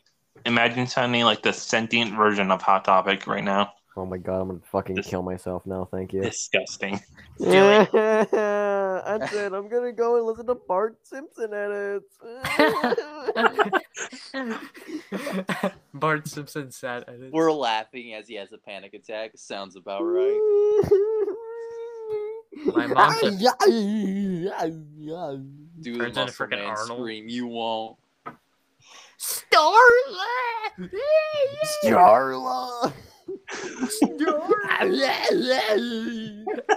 Imagine sounding like the sentient version of Hot Topic right now. Oh my god, I'm gonna fucking This- kill myself now. Thank you. Disgusting. Do That's it. I'm gonna go and listen to Bart Simpson edits. Bart Simpson said. edits. We're laughing as he has a panic attack. Sounds about right. My mom said- Do Turns the into muscle frickin' man Arnold. scream. You won't. Starlight! Jarla.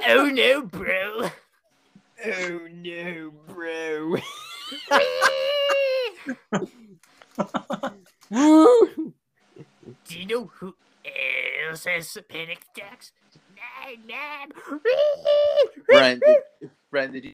oh no, bro. Oh no, bro. Do you know who else has panic attacks? Nine, nine. Brent, did, Brent, did you